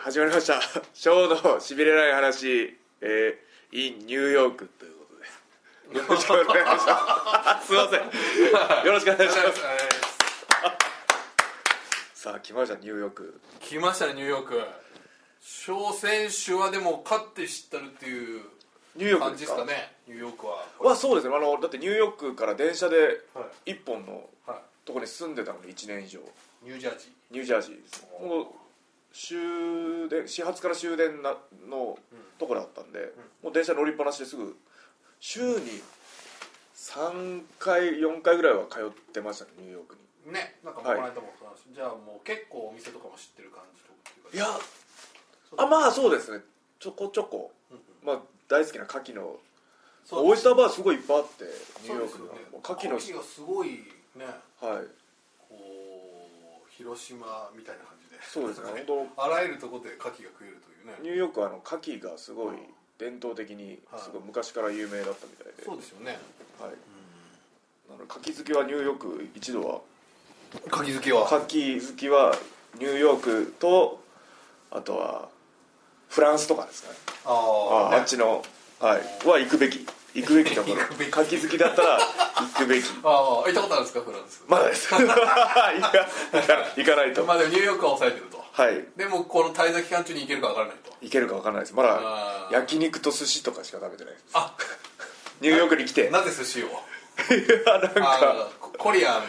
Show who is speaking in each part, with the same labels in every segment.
Speaker 1: 始まりました 「ショーのしびれない話」えー、in ニューヨークということでよろしくお願いし ますすいませんよろしくお願いしますさあ来ましたニューヨーク
Speaker 2: 来ましたねニューヨーク小選手はでも勝って知ったるっていう
Speaker 1: ニューヨーク
Speaker 2: 感
Speaker 1: で
Speaker 2: じ
Speaker 1: す
Speaker 2: で
Speaker 1: か
Speaker 2: すかねニューヨークは
Speaker 1: はそうですねあのだってニューヨークから電車で
Speaker 2: は
Speaker 1: 一本の
Speaker 2: は
Speaker 1: とこに住んでたので1年以上
Speaker 2: いニュージャージ
Speaker 1: ニュージャージーですもう終電始発から終電なのところだったんで、もう電車乗りっぱなしですぐ週に3回4回ぐらいは通ってましたねニューヨークに
Speaker 2: ーねなんかこの間もそうなんですじゃあもう結構お店とかも知ってる感じとっていうか
Speaker 1: いやあまあそうですねちょこちょこ、まあ大好きな牡蠣の
Speaker 2: そう
Speaker 1: オイスターバーすごいいっぱいあってニュー
Speaker 2: そう
Speaker 1: ヨ
Speaker 2: で
Speaker 1: ー
Speaker 2: す
Speaker 1: ク
Speaker 2: よ
Speaker 1: の
Speaker 2: ね
Speaker 1: 牡蠣の
Speaker 2: 牡蠣がすごいね
Speaker 1: はい
Speaker 2: こう広島みたいな感じで
Speaker 1: そうですね本
Speaker 2: あらゆるところで牡蠣が食えるというね
Speaker 1: ニューヨークはあの牡蠣がすごい伝統的にすごい昔から有名だったみたいで、
Speaker 2: そうですよね
Speaker 1: はい、なので牡蠣好きはニューヨーク一度は
Speaker 2: 牡蠣好きは
Speaker 1: 牡蠣好きはニューヨークとあとはフランスとかですかね
Speaker 2: あ
Speaker 1: あ,、
Speaker 2: あ
Speaker 1: あっちの、はい、は行くべき行くべきところ
Speaker 2: 行くべき
Speaker 1: 牡蠣好きだったら行くべき
Speaker 2: ああ行ったことあるんですかフランス
Speaker 1: まだです 行か 行かないと
Speaker 2: まあでもニューヨークは抑えてると
Speaker 1: はい
Speaker 2: でもこの滞在期間中に行けるかわからないと
Speaker 1: 行けるか分からないですまだ
Speaker 2: あー
Speaker 1: 焼肉と寿司とかしか食べてないです
Speaker 2: あ
Speaker 1: ニューヨークに来て
Speaker 2: なぜ寿司を
Speaker 1: あ なんか
Speaker 2: あココリアン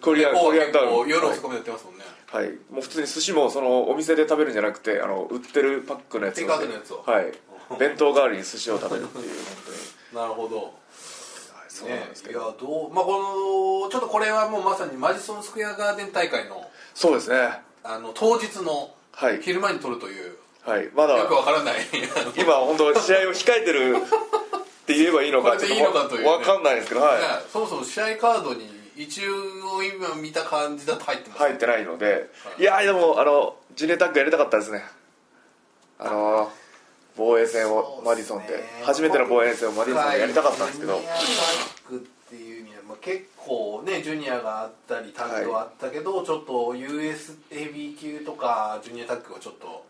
Speaker 1: コリアン
Speaker 2: でこう
Speaker 1: コリアンタウン
Speaker 2: 結構夜
Speaker 1: はい
Speaker 2: 遅くまでやってますもんね、
Speaker 1: はいもう普通に寿司もそのお店で食べるんじゃなくてあの売ってるパックのやつ
Speaker 2: テイクアウトのやつを
Speaker 1: はい弁当代わりに寿司を食べるっていう本当に
Speaker 2: なるほど
Speaker 1: はいそうなんですけ
Speaker 2: ねい
Speaker 1: ど
Speaker 2: やどうまあこのちょっとこれはもうまさにマジソンスクエアガーデン大会の
Speaker 1: そうですね
Speaker 2: あの当日の
Speaker 1: はい
Speaker 2: 昼間に撮るという、
Speaker 1: はいまだ
Speaker 2: よくわから ない
Speaker 1: 今本当試合を控えてるって言えばいいのか
Speaker 2: これでいいのか
Speaker 1: ちょっ
Speaker 2: というね
Speaker 1: わかんないですけどはい
Speaker 2: ねそもそも試合カードに一応今見た感じだと入ってます、
Speaker 1: 入ってないのでいやーでもあのジュネタッグやりたかったですねあのー防衛戦をマディソンで初めての防衛戦をマディソンでやりたかったんですけど
Speaker 3: ジュニアバックっていうには、まあ、結構ねジュニアがあったりタッグはあったけど、ちょっと US ヘビー級とかジュニアタッグはちょっと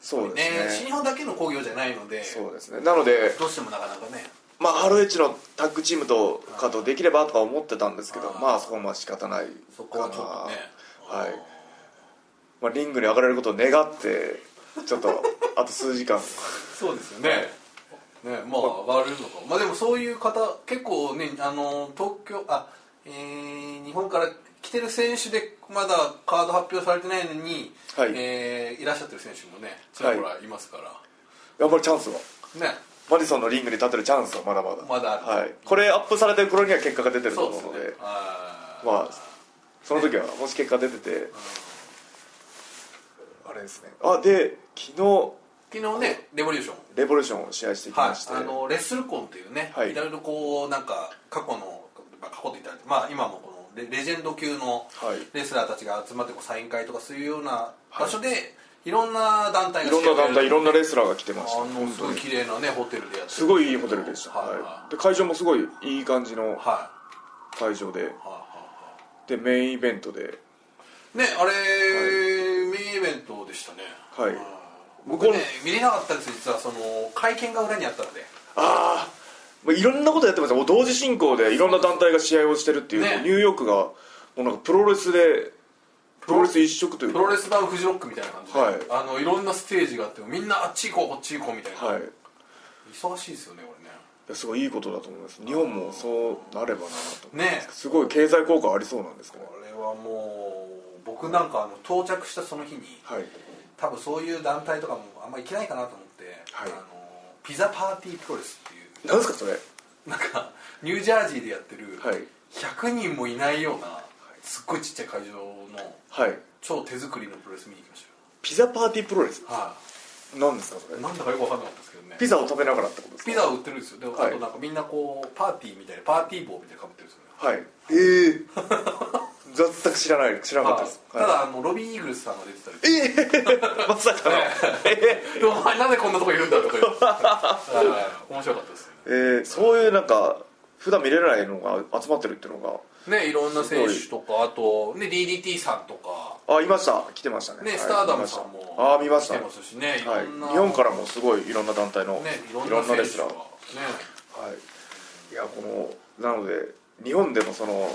Speaker 1: そうで
Speaker 3: ね
Speaker 1: す
Speaker 3: 新
Speaker 1: ね
Speaker 3: 日本だけの興行じゃないので
Speaker 1: そうですねなので
Speaker 3: どうしてもなかなかね
Speaker 1: まあ RH のタッグチームとかとできればとか思ってたんですけど
Speaker 3: あー
Speaker 1: まあそこはまあ仕方ない
Speaker 3: そこ
Speaker 1: か
Speaker 3: は
Speaker 1: な
Speaker 3: ちょっとね
Speaker 1: はいまあ、リングに上がれることを願ってちょっ とあと数時間
Speaker 2: そうですよねねまあ上がれるのかまあでもそういう方結構ねあの東京あえー日本から来てる選手でまだカード発表されてないのに、
Speaker 1: はい
Speaker 2: えーいらっしゃってる選手もねちらほらいますから、
Speaker 1: やっぱりチャンスは
Speaker 2: ね
Speaker 1: マディソンのリングに立てるチャンスはまだまだ
Speaker 2: まだある
Speaker 1: はい、これアップされてる頃には結果が出てると
Speaker 2: そうで
Speaker 1: 思
Speaker 2: す
Speaker 1: うの
Speaker 2: ね
Speaker 1: で
Speaker 2: あー
Speaker 1: まあその時はもし結果出ててあれですねあで昨日
Speaker 2: 昨日ねレボリューション
Speaker 1: レボリューションを試合してき
Speaker 2: は
Speaker 1: まして、
Speaker 2: い、あのレッスルコンっていうね、
Speaker 1: はい
Speaker 2: い、ろいろこうなんか過去の、まあ、過去と言ったらまあ今もこのレレジェンド級の
Speaker 1: はい
Speaker 2: レスラーたちが集まってこうサイン会とかそういうような場所で、い、ろんな団体
Speaker 1: い
Speaker 2: が
Speaker 1: ろんな団体いろんなレ
Speaker 2: ス
Speaker 1: スラーが来てました
Speaker 2: あのすごい綺麗なねホテルでやって
Speaker 1: すごいいいホテルでした、
Speaker 2: はいはい
Speaker 1: はい、で会場もすごいいい感じの
Speaker 2: は
Speaker 1: 会場で
Speaker 2: いは
Speaker 1: でメインイベントで
Speaker 2: いねあれ、メインイベントでしたね
Speaker 1: はい向
Speaker 2: 向
Speaker 1: こ
Speaker 2: こ
Speaker 1: う
Speaker 2: う
Speaker 1: の
Speaker 2: ね見れなかったんです実はその会見が裏にあったので
Speaker 1: ああいろんなことやってますよもう同時進行でいろんな団体が試合をしてるっていう、
Speaker 2: ね
Speaker 1: もうニューヨークがもうなんかプロレスでプロレス一色という
Speaker 2: プ
Speaker 1: か
Speaker 2: ロレス版フジロックみたいな感じで、
Speaker 1: はい
Speaker 2: あのいろんなステージがあってみんなあっち行こうこっち行こうみたいな、
Speaker 1: はいい
Speaker 2: 忙しいですよねこ
Speaker 1: やすごいいいことだと思います日本もそうなればなと
Speaker 2: れねね
Speaker 1: すごい経済効果ありそうなんですけど、ね
Speaker 2: こ、れはもう僕なんかあの到着したその日に
Speaker 1: はい
Speaker 2: 多分そういう団体とかもあんま行けないかなと思って、
Speaker 1: はい
Speaker 2: あのピザパーティープロレスってい
Speaker 1: 何ですかそれ
Speaker 2: うなんかニュージャージーでやってる
Speaker 1: はい
Speaker 2: 100人もいないようなすっごいちっちゃい会場の
Speaker 1: はい
Speaker 2: 超手作りのプロレス見に行きまし
Speaker 1: ピザパーティープロレス
Speaker 2: たよ、は
Speaker 1: 何ですかそれ
Speaker 2: い、なんだかよく分かんなかったですけどね
Speaker 1: ピザを食べながらってことですか
Speaker 2: ピザを売ってるんですよで、
Speaker 1: はい
Speaker 2: あとなんかみんなこうパーティーみたいなパーティー帽みたいなの被ってるんですよね
Speaker 1: はいええ 全く知らない知らなかったです、
Speaker 2: はいただあのロビー・イーグルスさんが出てたり
Speaker 1: はいまさかの
Speaker 2: で お前なんでこんなとこいるんだとか言って はい面白かったですね
Speaker 1: えーそういうなんか普段見れないのが集まってるっていうのが
Speaker 2: ねいろんな選手とかあと、ね、DDT さんとか、
Speaker 1: あいました来てましたね
Speaker 2: ね
Speaker 1: はい
Speaker 2: スターダムさんも
Speaker 1: あ見まし
Speaker 2: 来
Speaker 1: た
Speaker 2: てますしねいろ
Speaker 1: はい
Speaker 2: んな、
Speaker 1: 日本からもすごいいろんな団体の、
Speaker 2: ねいろ
Speaker 1: いろん
Speaker 2: ん
Speaker 1: な
Speaker 2: な
Speaker 1: レス
Speaker 2: 選手
Speaker 1: ラ
Speaker 2: が
Speaker 1: ー
Speaker 2: ね
Speaker 1: はい、いやこのなので日本でもその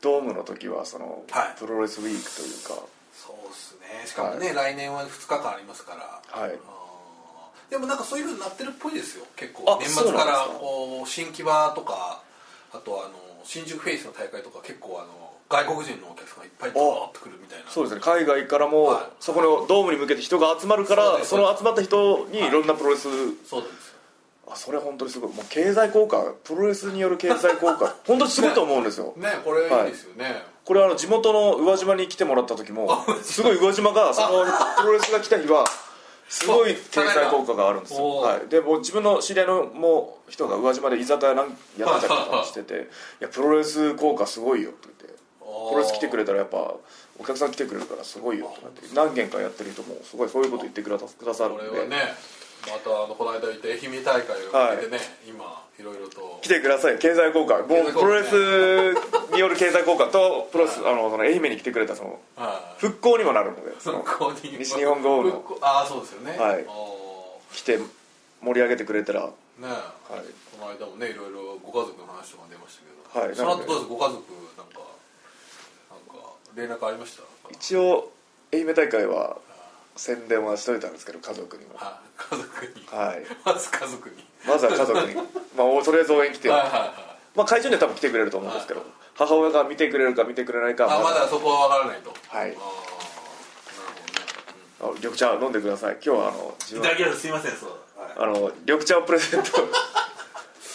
Speaker 1: ドームの時はその、
Speaker 2: はい
Speaker 1: プロレスウィークという
Speaker 2: そうですねしかもね、来年は2日間ありますから
Speaker 1: かはい
Speaker 2: あーでもなんかそういうふうになってるっぽいですよ結
Speaker 1: あ
Speaker 2: 構年末か
Speaker 1: そうな
Speaker 2: ら
Speaker 1: んですか
Speaker 2: こう新木場とかあとあの新宿フェイスの大会とか結構あの外国人のお客さんがいっぱいドーッと来るみたいな
Speaker 1: そうですね海外からも、
Speaker 2: はい
Speaker 1: そこのドームに向けて人が集まるから
Speaker 2: そう
Speaker 1: そ
Speaker 2: ですそうです
Speaker 1: の集まった人にいろんなプロレス、
Speaker 2: そうなんですよ
Speaker 1: あそれ本当にすごいもう経済効果プロレスによる経済効 果本当にすごいと思うんですよ
Speaker 2: ねこれいいですよね、
Speaker 1: これあの地元の宇和島に来てもらった時もすごい宇和島がそのプロレスが来た日はすごい経済効果があるんですよ、
Speaker 2: お
Speaker 1: はい、でもう自分の知り合いのもう人が宇和島で居酒屋なんやってたりとかしてて「いやプロレス効果すごいよ」って言って「プロレス来てくれたらやっぱお客さん来てくれるからすごいよ」とかって何軒かやってる人もすごいそういうこと言ってくださくださるん
Speaker 2: こ
Speaker 1: で
Speaker 2: れはねまたあのこの間行った愛媛大会を見てね、今いろいろと
Speaker 1: 来てください経済効果も
Speaker 2: 経
Speaker 1: う
Speaker 2: 済
Speaker 1: プ
Speaker 2: 効果
Speaker 1: ロ
Speaker 2: ね
Speaker 1: レスによる経済効果とプロレスあのその愛媛に来てくれたその
Speaker 2: はい
Speaker 1: 復興にもなるのでその
Speaker 2: ここに
Speaker 1: 西日本豪雨の
Speaker 2: ここああそうですよね
Speaker 1: はい
Speaker 2: あ
Speaker 1: 来て盛り上げてくれたら、はい、
Speaker 2: ーねこの間もねいろいろご家族の話とか出ましたけど、
Speaker 1: はい
Speaker 2: その後
Speaker 1: なので
Speaker 2: どうですご家族なんかなんか連絡ありました
Speaker 1: 一応愛媛大会は宣伝はしといたんですけど家族にも、
Speaker 2: あ 家族に、
Speaker 1: はい、
Speaker 2: まず家族に
Speaker 1: まずは家族 にまあおとりあえず応援来て、
Speaker 2: はいはいはい
Speaker 1: まあ、会場には多分来てくれると思うんですけど、母親が見てくれるか見てくれないか
Speaker 2: あまだそこは分からないと
Speaker 1: はい
Speaker 2: あーな
Speaker 1: あ
Speaker 2: る
Speaker 1: 緑茶飲んでください今日はあの自
Speaker 2: ほど
Speaker 1: 分
Speaker 2: ね、うん、いただきますすいませんそうはい
Speaker 1: あの緑茶をプレゼン ト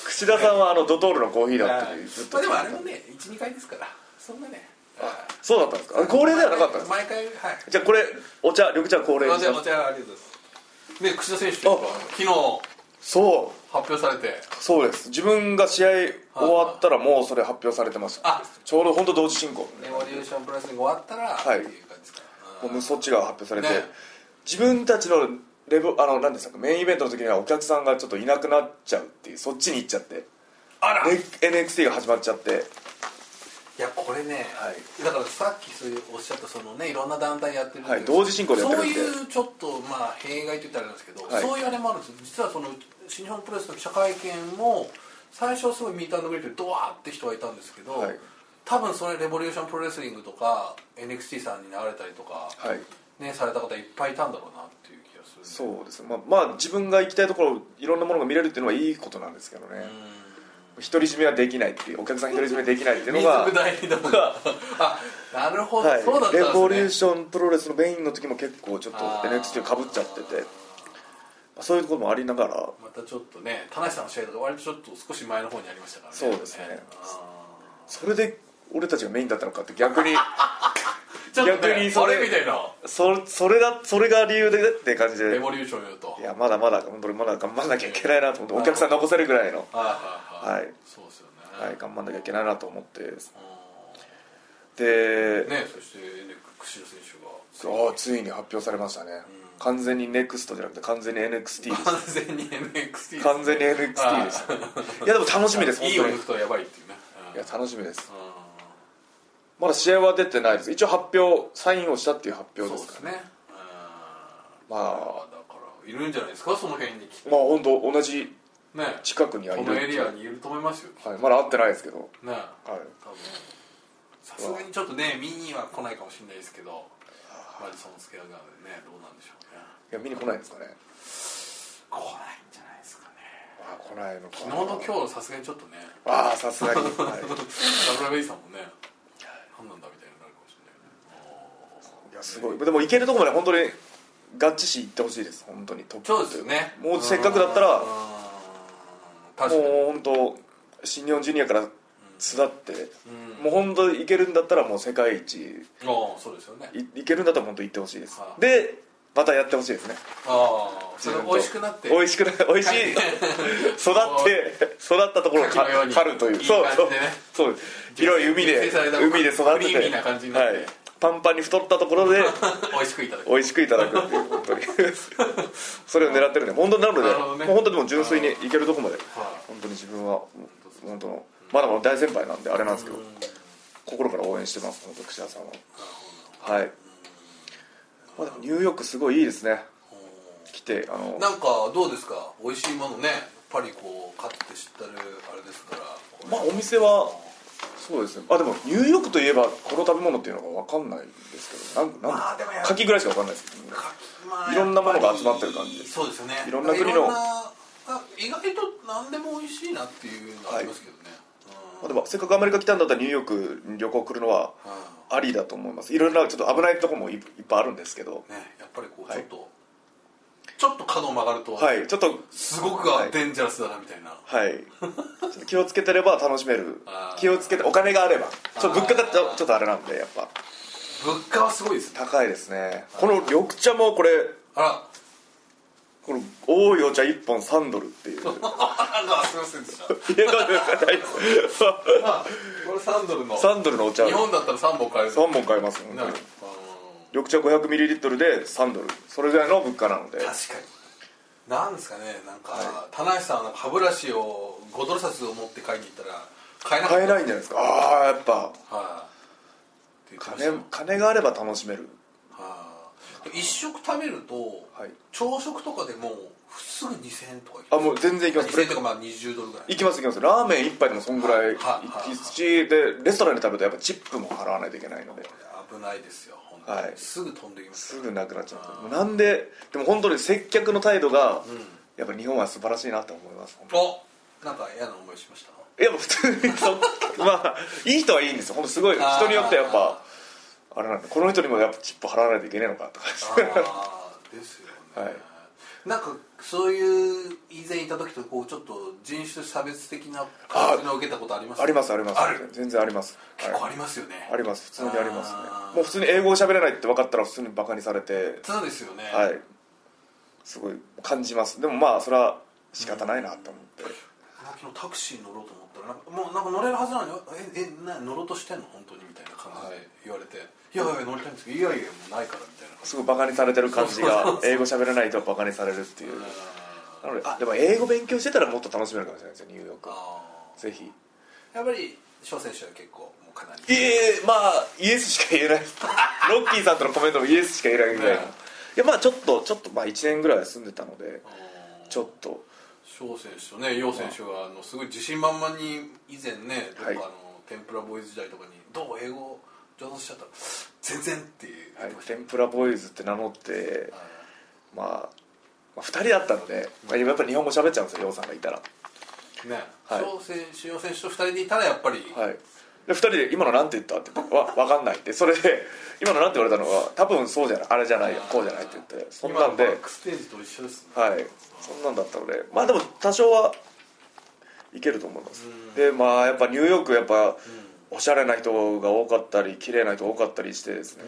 Speaker 1: 櫛田さんはあのドトールのコーヒーだってずっと
Speaker 2: まあでもあれもね12回ですからそんなね
Speaker 1: そうだったんですかあれ恒例ではなかったんですか
Speaker 2: 毎回はいす
Speaker 1: じゃあこれお茶緑茶恒例
Speaker 2: いま
Speaker 1: にし
Speaker 2: せん
Speaker 1: ま
Speaker 2: お
Speaker 1: す
Speaker 2: 茶ありがとうございますね櫛田選手とか
Speaker 1: あ
Speaker 2: 昨日発
Speaker 1: そう
Speaker 2: 表されて
Speaker 1: そうです自分が試合終わったらもうそれ発表されてました、
Speaker 2: あ
Speaker 1: ちょうど本当同時進行
Speaker 2: レボリューションプラスに終わったらって
Speaker 1: はい
Speaker 2: いう感じですか
Speaker 1: もうそっちが発表されて、
Speaker 2: ね
Speaker 1: 自分たちのレボあの何ですかメインイベントの時にはお客さんがちょっといなくなっちゃうっていうそっちに行っちゃってね
Speaker 2: あらい
Speaker 1: NXT が始まっちゃって
Speaker 2: やこれね
Speaker 1: は
Speaker 2: だからさっきそういうおっしゃったそのねいろんな団体やってるんで
Speaker 1: はい同時進行でやってるんで
Speaker 2: そういうちょっとまあ弊害と言ったらあれなんですけど
Speaker 1: はい
Speaker 2: そういうあれもあるんですよ実はその新日本プロレスの記者会見も最初はすごいミートグリートでドワーって人がいたんですけど
Speaker 1: はい
Speaker 2: 多分それレボリューションプロレスリングとか NXT さんに流れたりとか
Speaker 1: はい
Speaker 2: ねされた方いっぱいいたんだろうなっていう気がする
Speaker 1: そうですねまあ、まあ自分が行きたいところいろんなものが見れるっていうのはいいことなんですけどね独り占めはできないっていうお客さん独り占めできないっていうの
Speaker 2: 水
Speaker 1: が
Speaker 2: 舞台にでも あなるほど、
Speaker 1: はい
Speaker 2: そうだったんですね
Speaker 1: レボリューションプロレスのメインの時も結構ちょっと
Speaker 2: あー
Speaker 1: NXT かぶっちゃっててそういうこともありながら
Speaker 2: またちょっとね田無さんの試合とか割とちょっと少し前の方にありましたからね
Speaker 1: そうですね
Speaker 2: あ
Speaker 1: それで俺たちがメインだったのかって逆に
Speaker 2: ーちょっと、ね、
Speaker 1: 逆にそ
Speaker 2: そ
Speaker 1: れ
Speaker 2: れみたいな
Speaker 1: そそれだそれが理由でって感じ
Speaker 2: レ
Speaker 1: で
Speaker 2: ボリューション言うとはいい
Speaker 1: やまだまだ本当にまだ頑張んなきゃいけないなと思ってお客さん残せるぐらいの、
Speaker 2: はいはい、
Speaker 1: はい
Speaker 2: そうですよね、
Speaker 1: はい、頑張んなきゃいけないなと思って
Speaker 2: う
Speaker 1: で、
Speaker 2: んねそしてね櫛田選手が
Speaker 1: ああついに発表されましたね、完全に NEXT じゃなくて完全に NXT です
Speaker 2: 完全に NXT
Speaker 1: 完全に NXT ですいやでも楽しみです本
Speaker 2: いい
Speaker 1: 当
Speaker 2: を
Speaker 1: に
Speaker 2: 抜くとやばいっていうね
Speaker 1: いや楽しみです
Speaker 2: うん
Speaker 1: まだ試合は出てないです一応発表サインをしたっていう発
Speaker 2: うん
Speaker 1: 表
Speaker 2: そう
Speaker 1: で
Speaker 2: ですす
Speaker 1: から
Speaker 2: ね
Speaker 1: ま
Speaker 2: あだ
Speaker 1: あ
Speaker 2: からいるんじゃないですかその辺にきっと
Speaker 1: まあ本当同じ
Speaker 2: ね
Speaker 1: 近くにはい
Speaker 2: こ
Speaker 1: る
Speaker 2: のエリアにいると思いますよ
Speaker 1: はい、まだ会ってないですけど、
Speaker 2: ね
Speaker 1: はい、
Speaker 2: 多分さすがにちょっとね見には来ないかもしれないですけどマリソンスケアガーデンねどうなんでしょうね
Speaker 1: いや見に来ないんですかね
Speaker 2: 来ないんじゃないですかね
Speaker 1: あ来ないのか
Speaker 2: 昨日の今日のさすがにちょっとね
Speaker 1: ああさす がに、はい、
Speaker 2: WWE さんもね何なんだみたいになるかもしれない
Speaker 1: いやすごいでも行けるとこまで本当に合致し行ってほしいです本当にトップ
Speaker 2: そうですよね
Speaker 1: もうせっかくだったら
Speaker 2: うーん
Speaker 1: も
Speaker 2: 確かに
Speaker 1: う本当新日本ジュニアから巣立って、
Speaker 2: うん
Speaker 1: もう本当行けるんだったらもう世界一
Speaker 2: ああそうですよね
Speaker 1: い行けるんだったら本当行ってほしいです
Speaker 2: はい
Speaker 1: でまたやってほしいですね
Speaker 2: ああそれ美味しくなって
Speaker 1: 美味しくない美味しい 育って育ったところを
Speaker 2: 牡蠣のように
Speaker 1: 狩るという
Speaker 2: いい
Speaker 1: そう
Speaker 2: 感じ
Speaker 1: そう
Speaker 2: でね
Speaker 1: そう広い海で
Speaker 2: 熟成された
Speaker 1: 海で育てて
Speaker 2: クリーミーな感じになって
Speaker 1: はい、パンパンに太ったところで
Speaker 2: 美味しくいただく
Speaker 1: 美味しくいただくっていう本当に それを狙ってるんで本当になので
Speaker 2: なるほどね
Speaker 1: もう本当にもう純粋にいけるとこまで
Speaker 2: はい
Speaker 1: 本当に自分は
Speaker 2: 当ですね
Speaker 1: 本当のまだまだ大先輩なんであれなんですけど、心から応援してますこの櫛田さんははい、まあ、でもニューヨークすごいいいですね来てあの
Speaker 2: なんかどうですか美味しいものねやっぱりこう買って知ったるあれですからこ
Speaker 1: まあお店はそうですねあでもニューヨークといえばこの食べ物っていうのが分かんないんですけどなんなん、
Speaker 2: まあでもやっぱ
Speaker 1: 牡蠣ぐらいしか分かんないですけど
Speaker 2: れまあ
Speaker 1: いろんなものが集まってる感じ
Speaker 2: やっぱりそうですよね
Speaker 1: いろんな国の
Speaker 2: いろんなあ意外と何でも美味しいなっていうのがありますけどね、
Speaker 1: まあ、でもせっかくアメリカ来たんだったらニューヨークに旅行来るのは
Speaker 2: うんうん
Speaker 1: ありだと思いますいろいろなちょっと危ないとこもいいっぱいあるんですけど
Speaker 2: ね、やっぱりこう
Speaker 1: は
Speaker 2: ちょ
Speaker 1: い
Speaker 2: っと、ちょっと角を曲がると、
Speaker 1: はいちょっと
Speaker 2: すごく
Speaker 1: は
Speaker 2: が
Speaker 1: い
Speaker 2: デンジャラスだなみたいな、
Speaker 1: はいちょっと気をつけてれば楽しめる
Speaker 2: あー
Speaker 1: 気をつけてお金があればちょっと物価がちょ
Speaker 2: あー
Speaker 1: ちょっとあれなんでやっぱ
Speaker 2: 物価はすごいですね
Speaker 1: 高いですねこの緑茶もこれ
Speaker 2: あら
Speaker 1: この多いお茶1本3ドルって いういや
Speaker 2: あなんかすいません でしたこ
Speaker 1: 大丈夫です
Speaker 2: れ3ドルの
Speaker 1: 3ドルのお茶
Speaker 2: 日本だったら3本買える
Speaker 1: 3本買えますもん
Speaker 2: なる
Speaker 1: 緑茶 500ml で3ドルそれぐらいの物価なので
Speaker 2: 確かになんですかねなんか、棚橋さんはなんか歯ブラシを5ドル札を持って買いに行ったら買えなかっ
Speaker 1: 買
Speaker 2: た
Speaker 1: えないんじゃないですかああやっぱ
Speaker 2: はい、って言ってました
Speaker 1: 金
Speaker 2: よ
Speaker 1: 金があれば楽しめる
Speaker 2: はい一食食べると、
Speaker 1: はい
Speaker 2: 朝食とかでもすぐ2000円とかいきます
Speaker 1: あもう全然いきます
Speaker 2: 2000円とかまあ20ドルぐらい
Speaker 1: 行きます行きますラーメン1杯でもそんぐらい
Speaker 2: はいはいはい
Speaker 1: 行きしでレストランで食べるとやっぱチップも払わないといけないので
Speaker 2: 危ないですよ本当に、
Speaker 1: はい
Speaker 2: すぐ飛んできます
Speaker 1: すぐなくなっちゃうもうなんででも本当に接客の態度がやっぱ日本は素晴らしいなと思います
Speaker 2: おなんか嫌な思いしました
Speaker 1: いやもう普通に そうまあいい人はいいんですよ本当すごい
Speaker 2: あー
Speaker 1: 人によってはやっぱあれなんでこの人にもやっぱチップ払わないといけないのかとか
Speaker 2: ああですよね、
Speaker 1: はい
Speaker 2: なんかそういう以前いた時とこうちょっと人種差別的な感じの受けたことあります
Speaker 1: ありますあります
Speaker 2: ある
Speaker 1: 全然あります
Speaker 2: 結
Speaker 1: はい
Speaker 2: 構ありますよね、
Speaker 1: あります普通にありますね
Speaker 2: あー
Speaker 1: もう普通に英語を喋れないって分かったら普通にバカにされて
Speaker 2: そうですよね、
Speaker 1: はいすごい感じますでもまあそれは仕方ないなと思って、
Speaker 2: 昨日タクシー乗ろうと思ったらなんかもうなんか乗れるはずなのに「ええな乗ろうとしてんの本当に」みたいな感じで言われて「い、やいや乗りたいんですけどいやいやもうないから」みたいな感じ
Speaker 1: すごいバカにされてる感じが英語喋れないとバカにされるっていうなのであでも英語勉強してたらもっと楽しめるかもしれないですよニューヨークは
Speaker 2: あ
Speaker 1: ぜひ
Speaker 2: ーやっぱり小選手は結構もうかなり
Speaker 1: いえまあイエスしか言え ないロッキーさんとのコメントもイエスしか言えないぐらいの、
Speaker 2: ね
Speaker 1: いやまあちょっとちょっとまあ1年ぐらいは住んでたのでちょっと
Speaker 2: 小選手とね楊選手はあのすごい自信満々に以前ねどっか
Speaker 1: はい
Speaker 2: あの天ぷらボーイズ時代とかに「どう英語上手しちゃったら全然」って言
Speaker 1: はい
Speaker 2: ってましたよ
Speaker 1: 天ぷらボーイズって名乗って
Speaker 2: あ、
Speaker 1: まあ、まあ、2人だったので、まあ、やっぱり日本語喋っちゃうんですよ、洋さんがいたら。
Speaker 2: ーね
Speaker 1: はい
Speaker 2: 小選手楊選手と二人でいたらやっぱり、
Speaker 1: はい、で2人で「今のなんて言った?」って言って「わ分かんない」ってそれで「今のなんて言われたのは多分そうじゃないあれじゃないよこうじゃない」って言ってそんなんで
Speaker 2: 今のバックステージと一緒ですね
Speaker 1: はいそんなんだったのでまあでも多少はいけると思いますでまあやっぱニューヨークやっぱおしゃれな人が多かったり綺麗な人多かったりしてですね